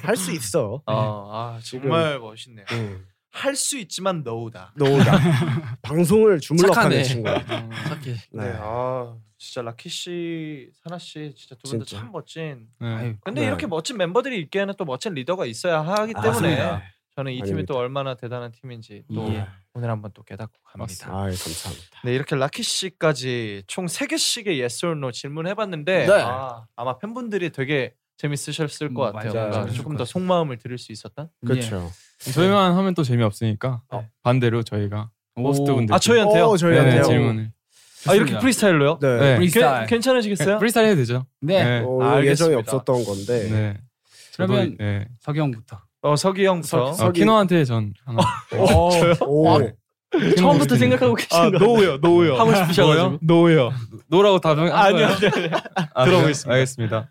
S1: 할수 있어.
S3: 어, 아 정말 멋있네요.
S1: 음,
S3: 할 수 있지만 너우다.
S1: 너다 방송을 주물럭하는
S4: 착하네.
S1: 친구.
S4: 착해.
S3: 네.
S1: 네.
S3: 아 진짜 라키 씨, 사나 씨 진짜 두 분
S1: 진짜.
S3: 다 참 멋진.
S2: 아유,
S3: 근데
S1: 네.
S3: 이렇게 멋진 멤버들이 있기에는 또 멋진 리더가 있어야 하기
S1: 아,
S3: 때문에
S5: 아, 맞습니다.
S3: 저는 이 팀이 또 얼마나 대단한 팀인지 또
S2: 예.
S3: 오늘 한번 또 깨닫고 갑니다.
S1: 아, 감사합니다.
S3: 네 이렇게 라키 씨까지 총 세 개씩의 yes or no 질문해봤는데
S4: 네.
S3: 아, 마 팬분들이 되게 재밌으셨을 것
S2: 음,
S3: 같아요.
S2: 맞아요.
S3: 뭔가
S2: 재밌을
S3: 조금
S2: 것
S3: 더
S2: 같아요.
S3: 속마음을 들을 수 있었던.
S2: 예.
S1: 그렇죠.
S5: 저희만 하면 네. 또 재미없으니까
S2: 네.
S5: 반대로 저희가 호스트
S2: 오.
S5: 분들
S3: 아 저희한테요.
S2: 어,
S1: 오,
S5: 네,
S1: 저희한테요.
S5: 질문을
S3: 아 이렇게 프리스타일로요?
S1: 네.
S5: 네.
S3: 괜-
S2: 프리스타일.
S3: 괜찮으시겠어요?
S5: 프리스타일 해도 되죠.
S2: 네.
S1: 어,
S3: 아,
S1: 이거 예정이
S3: 알겠습니다.
S1: 없었던 건데.
S5: 네. 저도,
S2: 그러면-
S5: 네.
S2: 석이 형부터.
S3: 어 서기 형부터.
S5: 어, 키노한테 전 하나.
S1: 오,
S4: 처음부터 생각하고 계신
S1: 아,
S3: 아,
S4: 거
S5: 노우요, 노우요.
S4: 하고 싶으셔가지고.
S5: 노우요. 노라고 답변
S3: 아니요. 아니요, 아니요. 들어보겠습니다.
S5: 알겠습니다.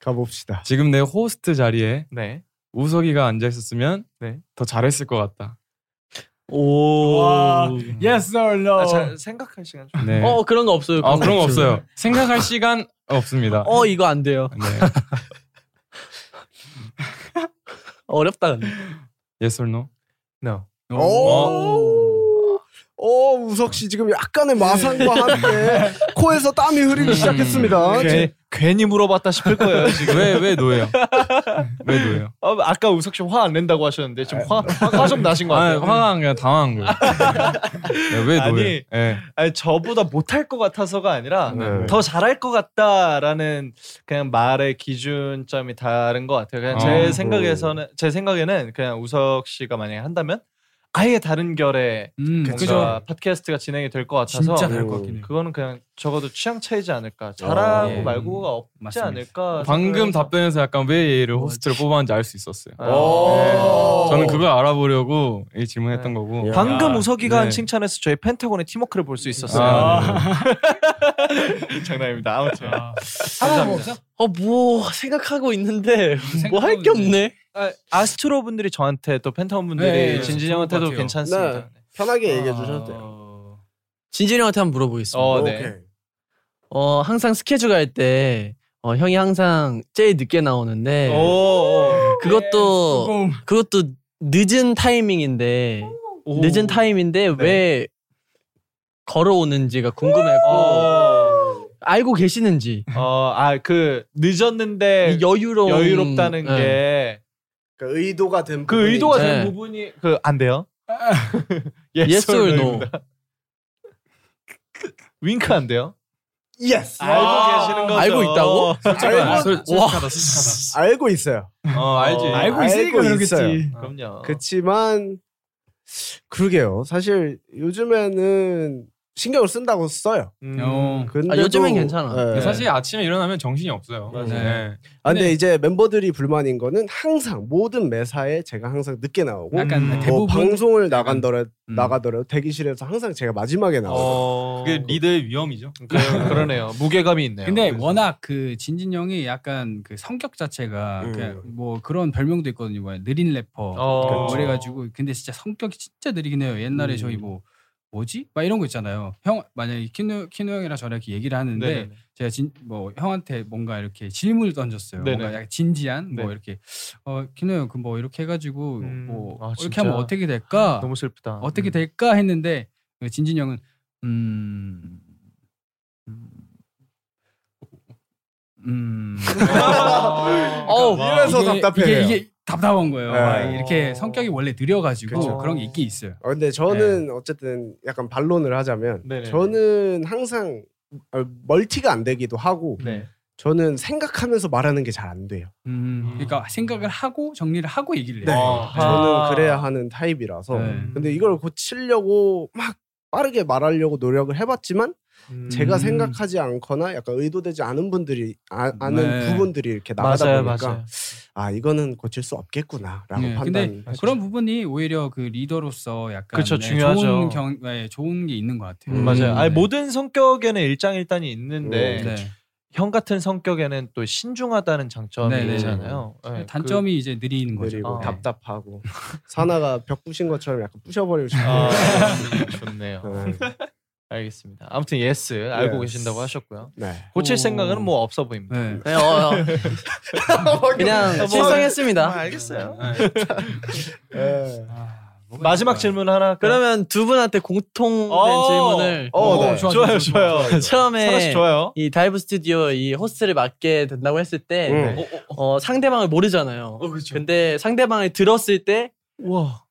S1: 가봅시다.
S5: 지금 내 호스트 자리에
S3: 네.
S5: 우석이가 앉아 있었으면
S3: 네.
S5: 더 잘했을 것 같다.
S4: 오.
S2: 와. Yes or no?
S3: 아, 잘 생각할 시간 좀.
S5: 네.
S4: 어 그런 거 없어요.
S5: 아 그런 거
S4: 없어요.
S3: 그렇죠.
S5: 없어요. 생각할 시간 없습니다.
S4: 어 이거 안 돼요.
S5: 네.
S4: 어렵다 근데.
S5: Yes or no?
S3: No.
S1: 어?
S2: 어.
S1: 오. 오, 어, 우석 씨 지금 약간의 마상과 함께 코에서 땀이 흐르기
S5: 음.
S1: 시작했습니다.
S3: 괜, 괜히 물어봤다 싶을 거예요.
S5: 왜왜 노예요? 왜 노예요?
S3: 어, 아까 우석 씨 화 안 낸다고 하셨는데 지금 화화좀 나신 것
S5: 아
S3: 같아요.
S5: 화가 안 그냥 당황한 거예요. 네, 왜
S3: 아니,
S5: 노예? 예.
S3: 아니, 저보다 못할 것 같아서가 아니라
S1: 네.
S3: 더 잘할 것 같다라는 그냥 말의 기준점이 다른 것 같아요. 그냥 제
S5: 어.
S3: 생각에서는 제 생각에는 그냥 우석 씨가 만약에 한다면 아예 다른 결의
S2: 음,
S3: 뭔가
S2: 그죠.
S3: 렇팟캐스트가 진행이 될 것 같아서
S2: 진짜 다를 것 같긴 해요.
S3: 그거는 그냥 적어도 취향 차이지 않을까 잘하고
S1: 예.
S3: 말고가 없지
S2: 맞습니다.
S3: 않을까
S5: 방금
S3: 생각해서.
S5: 답변에서 약간 왜 얘를 호스트로 뽑았는지 알 수 있었어요.
S3: 아,
S1: 오.
S5: 저는 그걸 알아보려고 이 질문했던
S3: 네.
S5: 거고.
S1: 야.
S3: 방금 우석이가 한
S5: 네.
S3: 칭찬에서 저희 펜타곤의 팀워크를 볼 수 있었어요. 네.
S5: 아,
S3: 장난입니다. 아무튼
S2: 하나 뭐
S4: 어
S2: 없어?
S4: 뭐 생각하고 있는데 뭐 할
S2: 생각하고
S4: 게 없네.
S3: 아, 스트로 분들이 저한테 또 펜타곤 분들이
S2: 네,
S3: 진진
S2: 좋은 것
S3: 형한테도
S2: 같아요.
S3: 괜찮습니다.
S1: 네. 편하게 얘기해 주셔도 돼요.
S2: 어,
S4: 진진이 형한테 한번 물어보겠습니다. 어,
S5: 어, 네.
S1: 오케이.
S4: 항상 스케줄 갈 때 어, 형이 항상 제일 늦게 나오는데
S3: 네.
S5: 오.
S4: 어, 그것도
S2: 조금
S4: 그것도 늦은 타이밍인데 늦은 타임인데 왜 걸어오는지가 궁금했고 알고 계시는지
S3: 어아그 늦었는데
S4: 이 네. 여유로운
S3: 여유롭다는
S4: 예.
S3: 게
S1: 그러니까 의도가 된.
S3: 그
S1: 부분이
S3: 의도가
S1: 있죠.
S3: 된
S4: 네.
S3: 부분이 그 안 돼요.
S4: Yes or no.
S3: 윙크 안 돼요?
S1: 예스.
S3: 알고
S1: 아,
S3: 계시는 거죠.
S4: 알고 있다고?
S1: 알고
S5: 솔-
S4: 와.
S5: 솔직하다, 솔직하다.
S1: 알고 있어요.
S5: 어 알지.
S3: 어,
S2: 알고
S1: 알고 있어요.
S2: 있으니까 그러겠지.
S3: 그럼요.
S1: 그렇지만 그러게요. 사실 요즘에는 신경을 쓴다고 써요.
S3: 음.
S2: 어.
S1: 근데
S4: 아, 요즘엔 괜찮아.
S5: 근데 사실 아침에 일어나면 정신이 없어요.
S1: 맞아요.
S5: 네.
S1: 아, 근데
S5: 근데-
S1: 이제 멤버들이 불만인 거는 항상 모든 매사에 제가 항상 늦게 나오고
S2: 약간
S5: 음.
S1: 뭐
S2: 아, 대부분
S1: 방송을 나간더라
S5: 음.
S1: 나가더라도 대기실에서 항상 제가 마지막에 나와요.
S3: 어.
S5: 그게 리더의 위험이죠.
S3: 그- 그러네요. 무게감이 있네요.
S2: 근데
S3: 그래서.
S2: 워낙 그 진진 형이 약간 그 성격 자체가
S1: 음.
S2: 그냥 뭐 그런 별명도 있거든요. 뭐야 느린 래퍼.
S3: 어.
S2: 뭐 그래가지고 근데 진짜 성격이 진짜 느리긴 해요. 옛날에
S1: 음.
S2: 저희 뭐 뭐지? 막 이런 거 있잖아요. 형 만약에 키노 키노 형이랑 저랑 이렇게 얘기를 하는데
S3: 네네네.
S2: 제가 진 뭐 형한테 뭔가 이렇게 질문을 던졌어요.
S3: 네네.
S2: 뭔가 약간 진지한 뭐
S3: 네.
S2: 이렇게 어 키노 형그뭐 이렇게 해가지고
S3: 음.
S2: 뭐
S3: 아,
S2: 이렇게
S3: 진짜.
S2: 하면 어떻게 될까?
S3: 너무 슬프다.
S2: 어떻게
S3: 음.
S2: 될까 했는데 그 진진 형은 음. 음. 음.
S3: 아, 그러니까
S4: 어우,
S1: 이래서
S2: 아, 이게-
S1: 답답해요.
S2: 이게, 이게 답답한 거예요.
S1: 네.
S2: 아,
S3: 어.
S2: 이렇게 성격이 원래 느려가지고
S3: 그쵸.
S2: 그런게 있긴 있어요.
S1: 어, 근데 저는 어쨌든 약간 반론을 하자면
S3: 네네네.
S1: 저는 항상 어, 멀티가 안 되기도 하고
S3: 네.
S1: 저는 생각하면서 말하는 게 잘 안 돼요.
S2: 음, 그러니까 생각을 하고 정리를 하고 얘기를
S1: 네.
S2: 해요.
S3: 아하.
S1: 저는 그래야 하는 타입이라서
S2: 네.
S1: 근데 이걸 고치려고 막 빠르게 말하려고 노력을 해봤지만
S3: 음.
S1: 제가 생각하지 않거나 약간 의도되지 않은 분들이 아, 아는
S2: 네.
S1: 부분들이 이렇게 나가다
S3: 맞아요,
S1: 보니까
S3: 맞아요.
S1: 아 이거는 고칠 수
S3: 아,
S1: 없겠구나라고
S2: 네,
S1: 판단.
S2: 그런 부분이 오히려 그 리더로서 약간
S3: 그쵸,
S2: 네,
S3: 중요하죠.
S2: 좋은 경, 네, 좋은 게 있는 것 같아요.
S1: 음,
S3: 맞아요. 아니
S2: 네.
S3: 모든 성격에는 일장일단이 있는데
S1: 음,
S2: 네.
S3: 형 같은 성격에는 또 신중하다는 장점이
S2: 네, 네.
S3: 있잖아요. 네,
S2: 단점이 이제 느리는 거죠.
S1: 그리고
S3: 어.
S1: 답답하고 사나가 벽 부신 것처럼 약간 부셔버리고
S3: 그...
S1: 싶어요.
S3: 아, 좋네요. 알겠습니다. 아무튼 예스 알고
S1: Yes.
S3: 계신다고 하셨고요.
S1: 네.
S3: 고칠
S2: 오.
S3: 생각은 뭐 없어 보입니다.
S2: 네.
S4: 네, 어, 어. 그냥
S1: 아,
S4: 실성했습니다.
S3: 알겠어요.
S1: 네.
S2: 아, 뭐가
S3: 마지막
S2: 있을까요?
S3: 질문 하나
S2: 네.
S3: 할까요?
S4: 그러면 두 분한테 공통된
S3: 어.
S4: 질문을
S1: 어,
S2: 오,
S1: 네.
S2: 좋아,
S3: 좋아요,
S2: 좋아,
S3: 좋아요. 사나 씨
S4: 처음에
S3: 좋아요.
S4: 이 다이브 스튜디오 이 호스트를 맡게 된다고 했을 때
S1: 응.
S3: 어, 어,
S4: 어, 상대방을 모르잖아요. 근데 상대방을 들었을 때
S3: 와.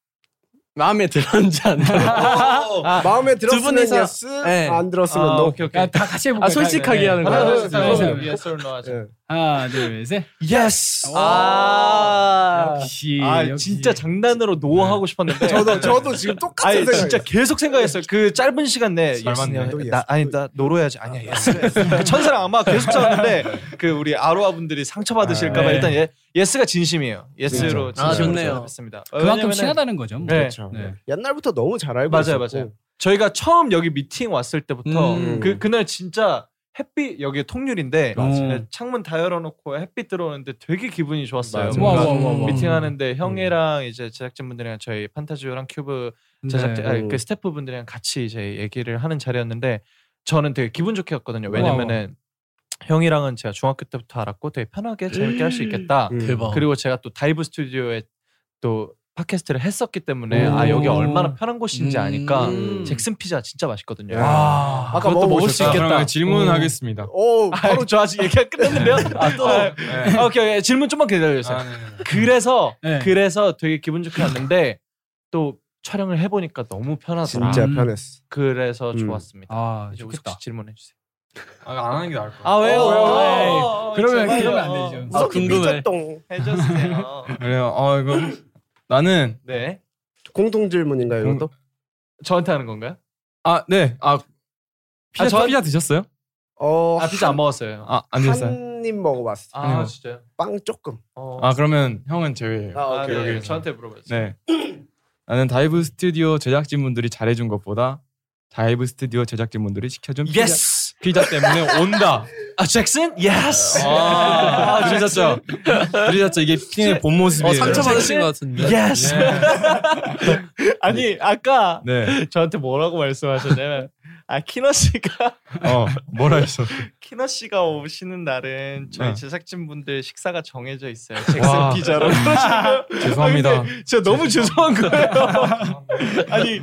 S4: 마음에 들었는지 안 들었는지
S1: 마음에 들었으면
S4: 분이서-
S1: 예스,
S4: 네.
S1: 안 들었으면
S3: 아,
S1: no.
S3: 오케이 오케이.
S2: 야, 다 같이 해볼까요?
S4: 아, 솔직하게
S2: 네.
S4: 하는
S3: 하나
S4: 거예요.
S3: 둘셋
S2: 하나, 둘, 셋.
S3: yes or no 하자.
S1: 네.
S2: 하나, 둘, 셋.
S3: Yes.
S2: 오.
S3: 아.
S2: 역시.
S3: 아
S2: 역시.
S3: 진짜 장난으로 노 하고 싶었는데
S1: 저도 저도 지금 똑같은
S3: 아니
S1: 생각.
S3: 진짜 계속 생각했어요. 그 짧은 시간 내에
S5: 잘
S3: 예스는
S5: 맞네.
S1: 또 예스.
S3: 나, 아니 나 노로야지 아니야 예스 그 천사랑 아마 계속 잡는데 그 우리 아로하 분들이 상처 받으실까봐
S2: 아, 네.
S3: 일단 예, 예스가 진심이에요. 예스로
S4: 아,
S3: 진심으로
S4: 좋네요.
S3: 대답했습니다.
S2: 그만큼
S3: 왜냐면은
S2: 친하다는 거죠. 뭐.
S3: 네.
S1: 그렇죠.
S2: 네.
S1: 옛날부터 너무 잘 알고
S3: 맞아요,
S1: 있었고.
S3: 맞아요. 저희가 처음 여기 미팅 왔을 때부터
S4: 음.
S3: 그 그날 진짜 햇빛 여기 통률인데 네,
S2: 맞아요.
S3: 창문 다 열어놓고 햇빛 들어오는데 되게 기분이 좋았어요.
S1: 맞아요.
S2: 와, 와,
S3: 뭔가
S2: 와, 음. 와.
S3: 미팅하는데 형이랑 이제 제작진분들이랑 저희 판타지오랑 큐브
S2: 음.
S3: 제작자
S1: 네.
S3: 아니,
S4: 음.
S3: 그 스태프분들이랑 같이 이제 얘기를 하는 자리였는데 저는 되게 기분 좋게 했거든요.
S2: 우와,
S3: 왜냐면은 형이랑은 제가 중학교 때부터 알았고 되게 편하게 재밌게 할 수 있겠다.
S1: 음.
S4: 대박.
S3: 그리고 제가 또 다이브 스튜디오에 또 팟캐스트를 했었기 때문에 아
S2: 오.
S3: 여기 얼마나 편한 곳인지
S4: 음.
S3: 아니까
S1: 음.
S3: 잭슨 피자 진짜 맛있거든요.
S1: 야.
S2: 와.
S1: 아까
S3: 그것도 먹을 수
S1: 먹어보셨죠?
S5: 자,
S3: 있겠다.
S5: 그러면 질문하겠습니다.
S1: 오,
S3: 바로 저 아직 얘기가 끝났는데요. 아, 또.
S5: 네.
S3: 아, 오케이, 오케이. 질문 좀만 기다려주세요.
S5: 아, 네, 네, 네.
S3: 그래서
S2: 네.
S3: 그래서 되게 기분 좋게 왔는데 또 촬영을 해보니까 너무 편하더라.
S1: 진짜
S2: 음.
S1: 편했어.
S3: 그래서
S1: 음.
S3: 좋았습니다.
S2: 아,
S3: 이제
S2: 좋겠다.
S3: 혹시 질문해 주세요.
S5: 아, 안 하는 게 나을 것 같아요.
S3: 아 왜요?
S1: 왜요?
S2: 그러면- 그러면 안 되죠.
S4: 아, 궁금해.
S1: 삐졌똥.
S3: 어, 해주세요.
S5: 그래요. 아 이거 나는
S3: 네.
S1: 공통 질문인가요, 이것도?
S3: 저한테 하는 건가요?
S5: 아 네. 아 피자
S3: 아, 저-
S5: 피자 드셨어요?
S1: 어,
S3: 아 피자 안 먹었어요.
S5: 아 안 드셨어요.
S1: 한입 먹어봤어.
S3: 아,
S5: 아니요.
S3: 진짜요?
S1: 빵 조금.
S3: 어.
S5: 아 그러면 형은 제외예요.
S3: 아,
S1: 오케이,
S3: 네.
S1: 오케이.
S3: 저한테 물어봤어요.
S5: 네. 나는 다이브 스튜디오 제작진분들이 잘해준 것보다 다이브 스튜디오 제작진분들이 시켜준 피자,
S3: 예스.
S5: 피자 때문에 온다.
S3: 아 잭슨?
S5: 어.
S3: 예스.
S5: 아, 들으셨죠? 들으셨죠? 이게 피디의 본 모습이에요.
S4: 어, 상처 받으신 것 같은데.
S3: 예스. 네, 아니 아까
S5: 네.
S3: 저한테 뭐라고 말씀하셨냐면 아 키너 씨가
S5: 어 뭐라 했어?
S3: 키너 씨가 오시는 날은 저희
S5: 네.
S3: 제작진 분들 식사가 정해져 있어요.
S5: 와.
S3: 잭슨 피자로. 그러시고요.
S5: 죄송합니다.
S3: 진짜 너무 죄송한 거예요. 아니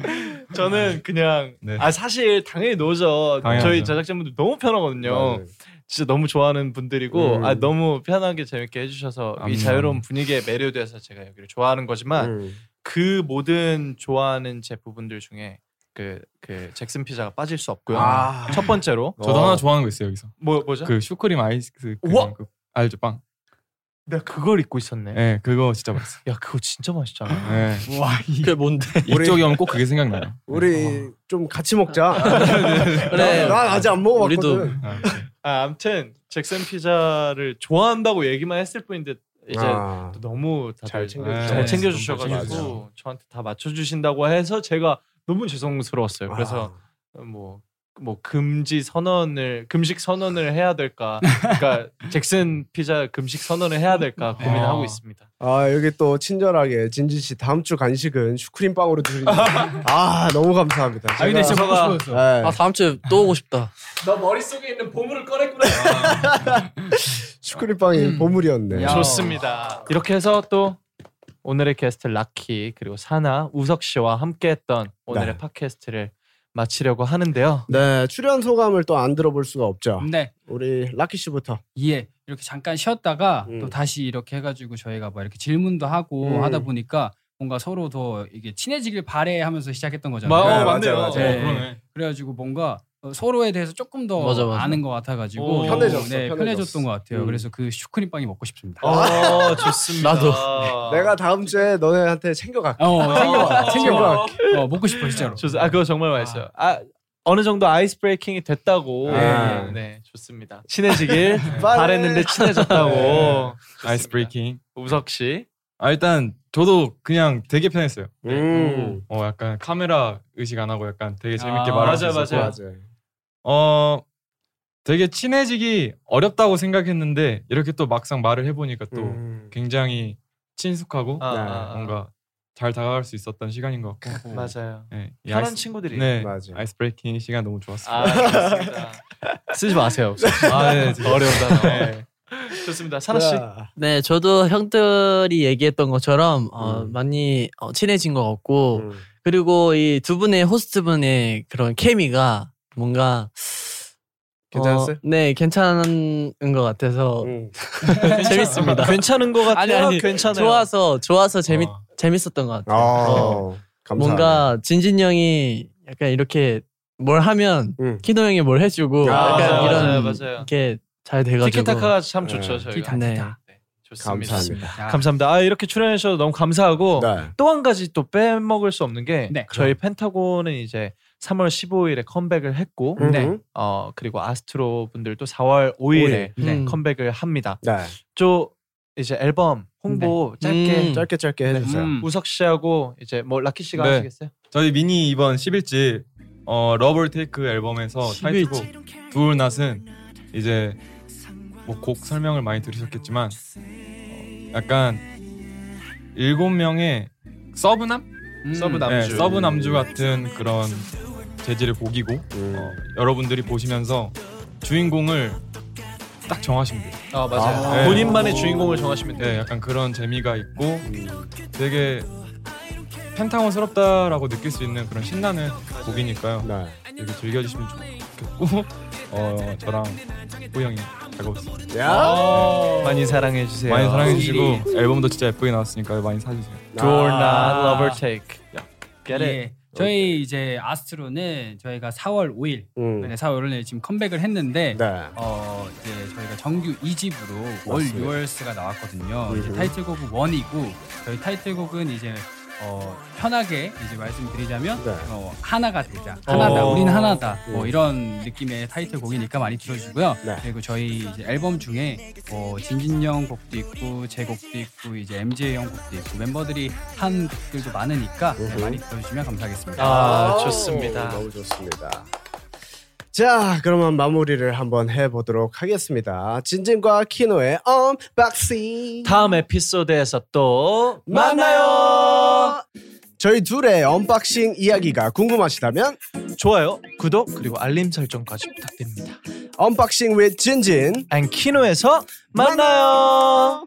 S3: 저는 그냥
S5: 네.
S3: 아 사실 당연히 노죠.
S5: 당연하죠.
S3: 저희 제작진분들 너무
S1: 아,
S3: 편하거든요.
S1: 네.
S3: 진짜 너무 좋아하는 분들이고
S1: 음.
S3: 아 너무 편하게 재밌게 해주셔서
S5: 음.
S3: 이 자유로운 분위기에 매료돼서 제가 여기를 좋아하는 거지만
S1: 음.
S3: 그 모든 좋아하는 제 부분들 중에 그 그 잭슨 피자가 빠질 수 없고요.
S1: 아.
S3: 첫 번째로
S5: 저도 하나 좋아하는 거 있어요 여기서.
S3: 뭐 뭐죠?
S5: 그 슈크림 아이스 그,
S3: 우와!
S5: 그 알죠 빵?
S3: 내가 그걸 잊고 있었네.
S5: 예 그거 진짜 맛있어.
S3: 야 그거 진짜 맛있잖아.
S5: 예
S2: 와, 이
S4: 그게 뭔데?
S5: 이쪽이 오면 꼭 그게 생각나요.
S1: 우리 좀 같이 먹자.
S4: 그래.
S1: 난 아직 안 먹어봤거든.
S4: 우리도.
S5: 아,
S3: 아 아무튼 잭슨 피자를 좋아한다고 얘기만 했을 뿐인데 이제
S1: 아.
S3: 또 너무 다들
S1: 잘 챙겨주셔.
S3: 잘
S5: 네,
S3: 챙겨주셔가지고 저한테 다 맞춰주신다고 해서 제가 너무 죄송스러웠어요. 그래서
S1: 아.
S3: 뭐. 뭐 금지 선언을 금식 선언을 해야 될까? 그러니까 잭슨 피자 금식 선언을 해야 될까 고민하고
S5: 아.
S3: 있습니다.
S1: 아 여기 또 친절하게 진진 씨 다음 주 간식은 슈크림 빵으로 드립니다. 아 너무 감사합니다.
S2: 아 근데 진짜
S6: 제가-
S2: 먹고 싶었어.
S1: 네.
S4: 아 다음 주에 또 오고 싶다.
S6: 너 머릿속에 있는 보물을 꺼냈구나.
S1: 슈크림 빵이 보물이었네.
S2: 야.
S3: 좋습니다. 이렇게 해서 또 오늘의 게스트 락키 그리고 사나 우석 씨와 함께했던 오늘의
S1: 네.
S3: 팟캐스트를 마치려고 하는데요.
S1: 네 출연 소감을 또 안 들어볼 수가
S3: 아.
S1: 없죠.
S3: 음.
S2: 근데
S1: 우리 라키 씨부터.
S2: 예 네. 이렇게 잠깐 쉬었다가
S1: 음.
S2: 또 다시 이렇게 해가지고 저희가 뭐 이렇게 질문도 하고
S1: 음.
S2: 하다 보니까 뭔가 서로 더 이게 친해지길 바래 하면서 시작했던 거잖아요.
S1: 마- 어,
S5: 맞네요.
S1: 맞아요.
S2: 어, 그러네. 그래가지고 뭔가 어, 서로에 대해서 조금 더
S4: 맞아, 맞아.
S2: 아는 것 같아가지고
S3: 오,
S1: 편해졌어,
S2: 네,
S1: 편해졌어.
S2: 편해졌던 것 같아요.
S1: 음.
S2: 그래서 그 슈크림빵이 먹고 싶습니다. 어,
S3: 어, 좋습니다.
S4: 나도.
S3: 아.
S1: 내가 다음 주에 너네한테 챙겨갈게.
S2: 어, 챙겨봐, 챙겨봐.
S1: 챙겨갈게.
S2: 어, 먹고 싶어 진짜로.
S3: 좋습- 아 그거 정말 맛있어요. 아 어느 정도 아이스 브레이킹이 됐다고.
S1: 아.
S3: 네, 네, 좋습니다. 친해지길 바랬는데 친해졌다고. 좋습니다.
S5: 네. 아이스 브레이킹.
S3: 우석 씨.
S5: 아 일단 저도 그냥 되게 편했어요.
S1: 음.
S5: 어 약간 카메라 의식 안 하고 약간 되게 재밌게
S2: 아,
S5: 말할 수
S3: 네. 맞아요,
S5: 있었고
S3: 맞아요.
S1: 맞아요.
S5: 어 되게 친해지기 어렵다고 생각했는데 이렇게 또 막상 말을 해보니까 또
S1: 음.
S5: 굉장히 친숙하고
S3: 아,
S1: 네,
S3: 아, 아.
S5: 뭔가 잘 다가갈 수 있었던 시간인 것 같고
S3: 음. 맞아요.
S5: 네, 이
S3: 편한
S5: 아이스,
S3: 친구들이.
S5: 네
S1: 맞아요.
S5: 아이스 브레이킹 시간 너무 좋았어요.
S3: 아, 좋습니다. 쓰지 마세요.
S5: 아, 네, 진짜.
S3: 어려운 단어. 네. 좋습니다. 사나 씨.
S1: 야.
S4: 네, 저도 형들이 얘기했던 것처럼 어,
S1: 음.
S4: 많이 어, 친해진 것 같고
S1: 음.
S4: 그리고 이 두 분의 호스트 분의 그런 케미가 뭔가
S1: 괜찮았어요?
S4: 어, 네, 괜찮은 것
S3: 어,
S4: 같아서
S1: 음.
S4: 재밌습니다.
S3: 괜찮은 것 같아요.
S4: 아니, 아니,
S3: 괜찮아요.
S4: 좋아서 좋아서 재밌
S5: 어.
S4: 재밌었던 것 같아요.
S1: 아, 감사합니다.
S4: 뭔가 진진 형이 약간 이렇게 뭘 하면
S1: 음.
S4: 키노 형이 뭘 해주고
S1: 아,
S4: 약간
S1: 맞아요,
S4: 이런
S3: 맞아요, 맞아요.
S4: 이렇게 잘 돼가지고
S3: 티켓타카가 참
S1: 네.
S3: 좋죠. 저희가.
S4: 네.
S3: 네, 좋습니다.
S1: 감사합니다.
S3: 감사합니다. 아, 이렇게 출연해 주셔서 너무 감사하고
S1: 네.
S3: 또 한 가지 또 빼먹을 수 없는 게
S2: 네.
S3: 저희 펜타곤은 이제 3월 15일에 컴백을 했고
S2: 네.
S1: 음.
S3: 어 그리고 아스트로 분들도 4월 5일에 네,
S4: 오일. 음.
S3: 컴백을 합니다.
S1: 네.
S3: 또 이제 앨범 홍보 짧게
S4: 음.
S1: 짧게 짧게
S3: 네.
S1: 해주세요.
S2: 음.
S3: 우석 씨하고 이제 뭐 라키 씨가
S5: 네.
S3: 하시겠어요?
S5: 저희 미니 이번 11집 어 러블 테이크 앨범에서 타이틀곡 두울 낫은 이제 뭐 곡 설명을 많이 들으셨겠지만 어, 약간 일곱 명의 서브남
S2: 음.
S3: 서브 남-
S5: 네,
S3: 남주.
S5: 서브 남주 같은 그런 재질의 곡이고 어, 여러분들이 보시면서 주인공을 딱 정하시면 돼요.
S3: 아 맞아요.
S5: 아.
S3: 본인만의 주인공을 정하시면 돼요.
S5: 네, 약간 그런 재미가 있고
S1: 음.
S5: 되게 펜타곤스럽다라고 느낄 수 있는 그런 신나는 곡이니까요.
S1: 네.
S5: 되게 즐겨주시면 좋겠고 어 저랑 호 형이 작업했습니다.
S1: 야.
S3: 아. 많이 사랑해 주세요.
S5: 많이 사랑해주시고 앨범도 진짜 예쁘게 나왔으니까 많이 사주세요.
S3: Door not
S2: 아.
S3: lover take. Get it?
S2: 예. 저희 이제 아스트로는 저희가 4월 5일,
S1: 음.
S2: 네, 4월 5일에 지금 컴백을 했는데
S1: 네.
S2: 어 이제 저희가 정규 2집으로 월
S1: 맞습니다.
S2: 6월스가 나왔거든요. 이제
S1: 음흠.
S2: 타이틀곡은 원이고 저희 타이틀곡은 이제 어 편하게 이제 말씀드리자면
S1: 네.
S2: 어 하나가 되자 하나다
S3: 어.
S2: 우린 하나다 뭐
S1: 음.
S2: 이런 느낌의 타이틀곡이니까 많이 들어주고요.
S1: 네.
S2: 그리고 저희 이제 앨범 중에 어 진진 형 곡도 있고 제 곡도 있고 이제 MJ 형 곡도 있고 멤버들이 한 곡들도 많으니까 네,
S1: 음흠.
S2: 많이 들어주시면 감사하겠습니다.
S3: 아
S1: 아우,
S3: 좋습니다.
S1: 너무 좋습니다. 자, 그러면 마무리를 한번 해보도록 하겠습니다. 진진과 키노의 언박싱.
S3: 다음 에피소드에서 또
S1: 만나요. 저희 둘의 언박싱 이야기가 궁금하시다면
S3: 좋아요, 구독 그리고 알림 설정까지 부탁드립니다.
S1: 언박싱 with 진진
S3: 앤키노에서 만나요.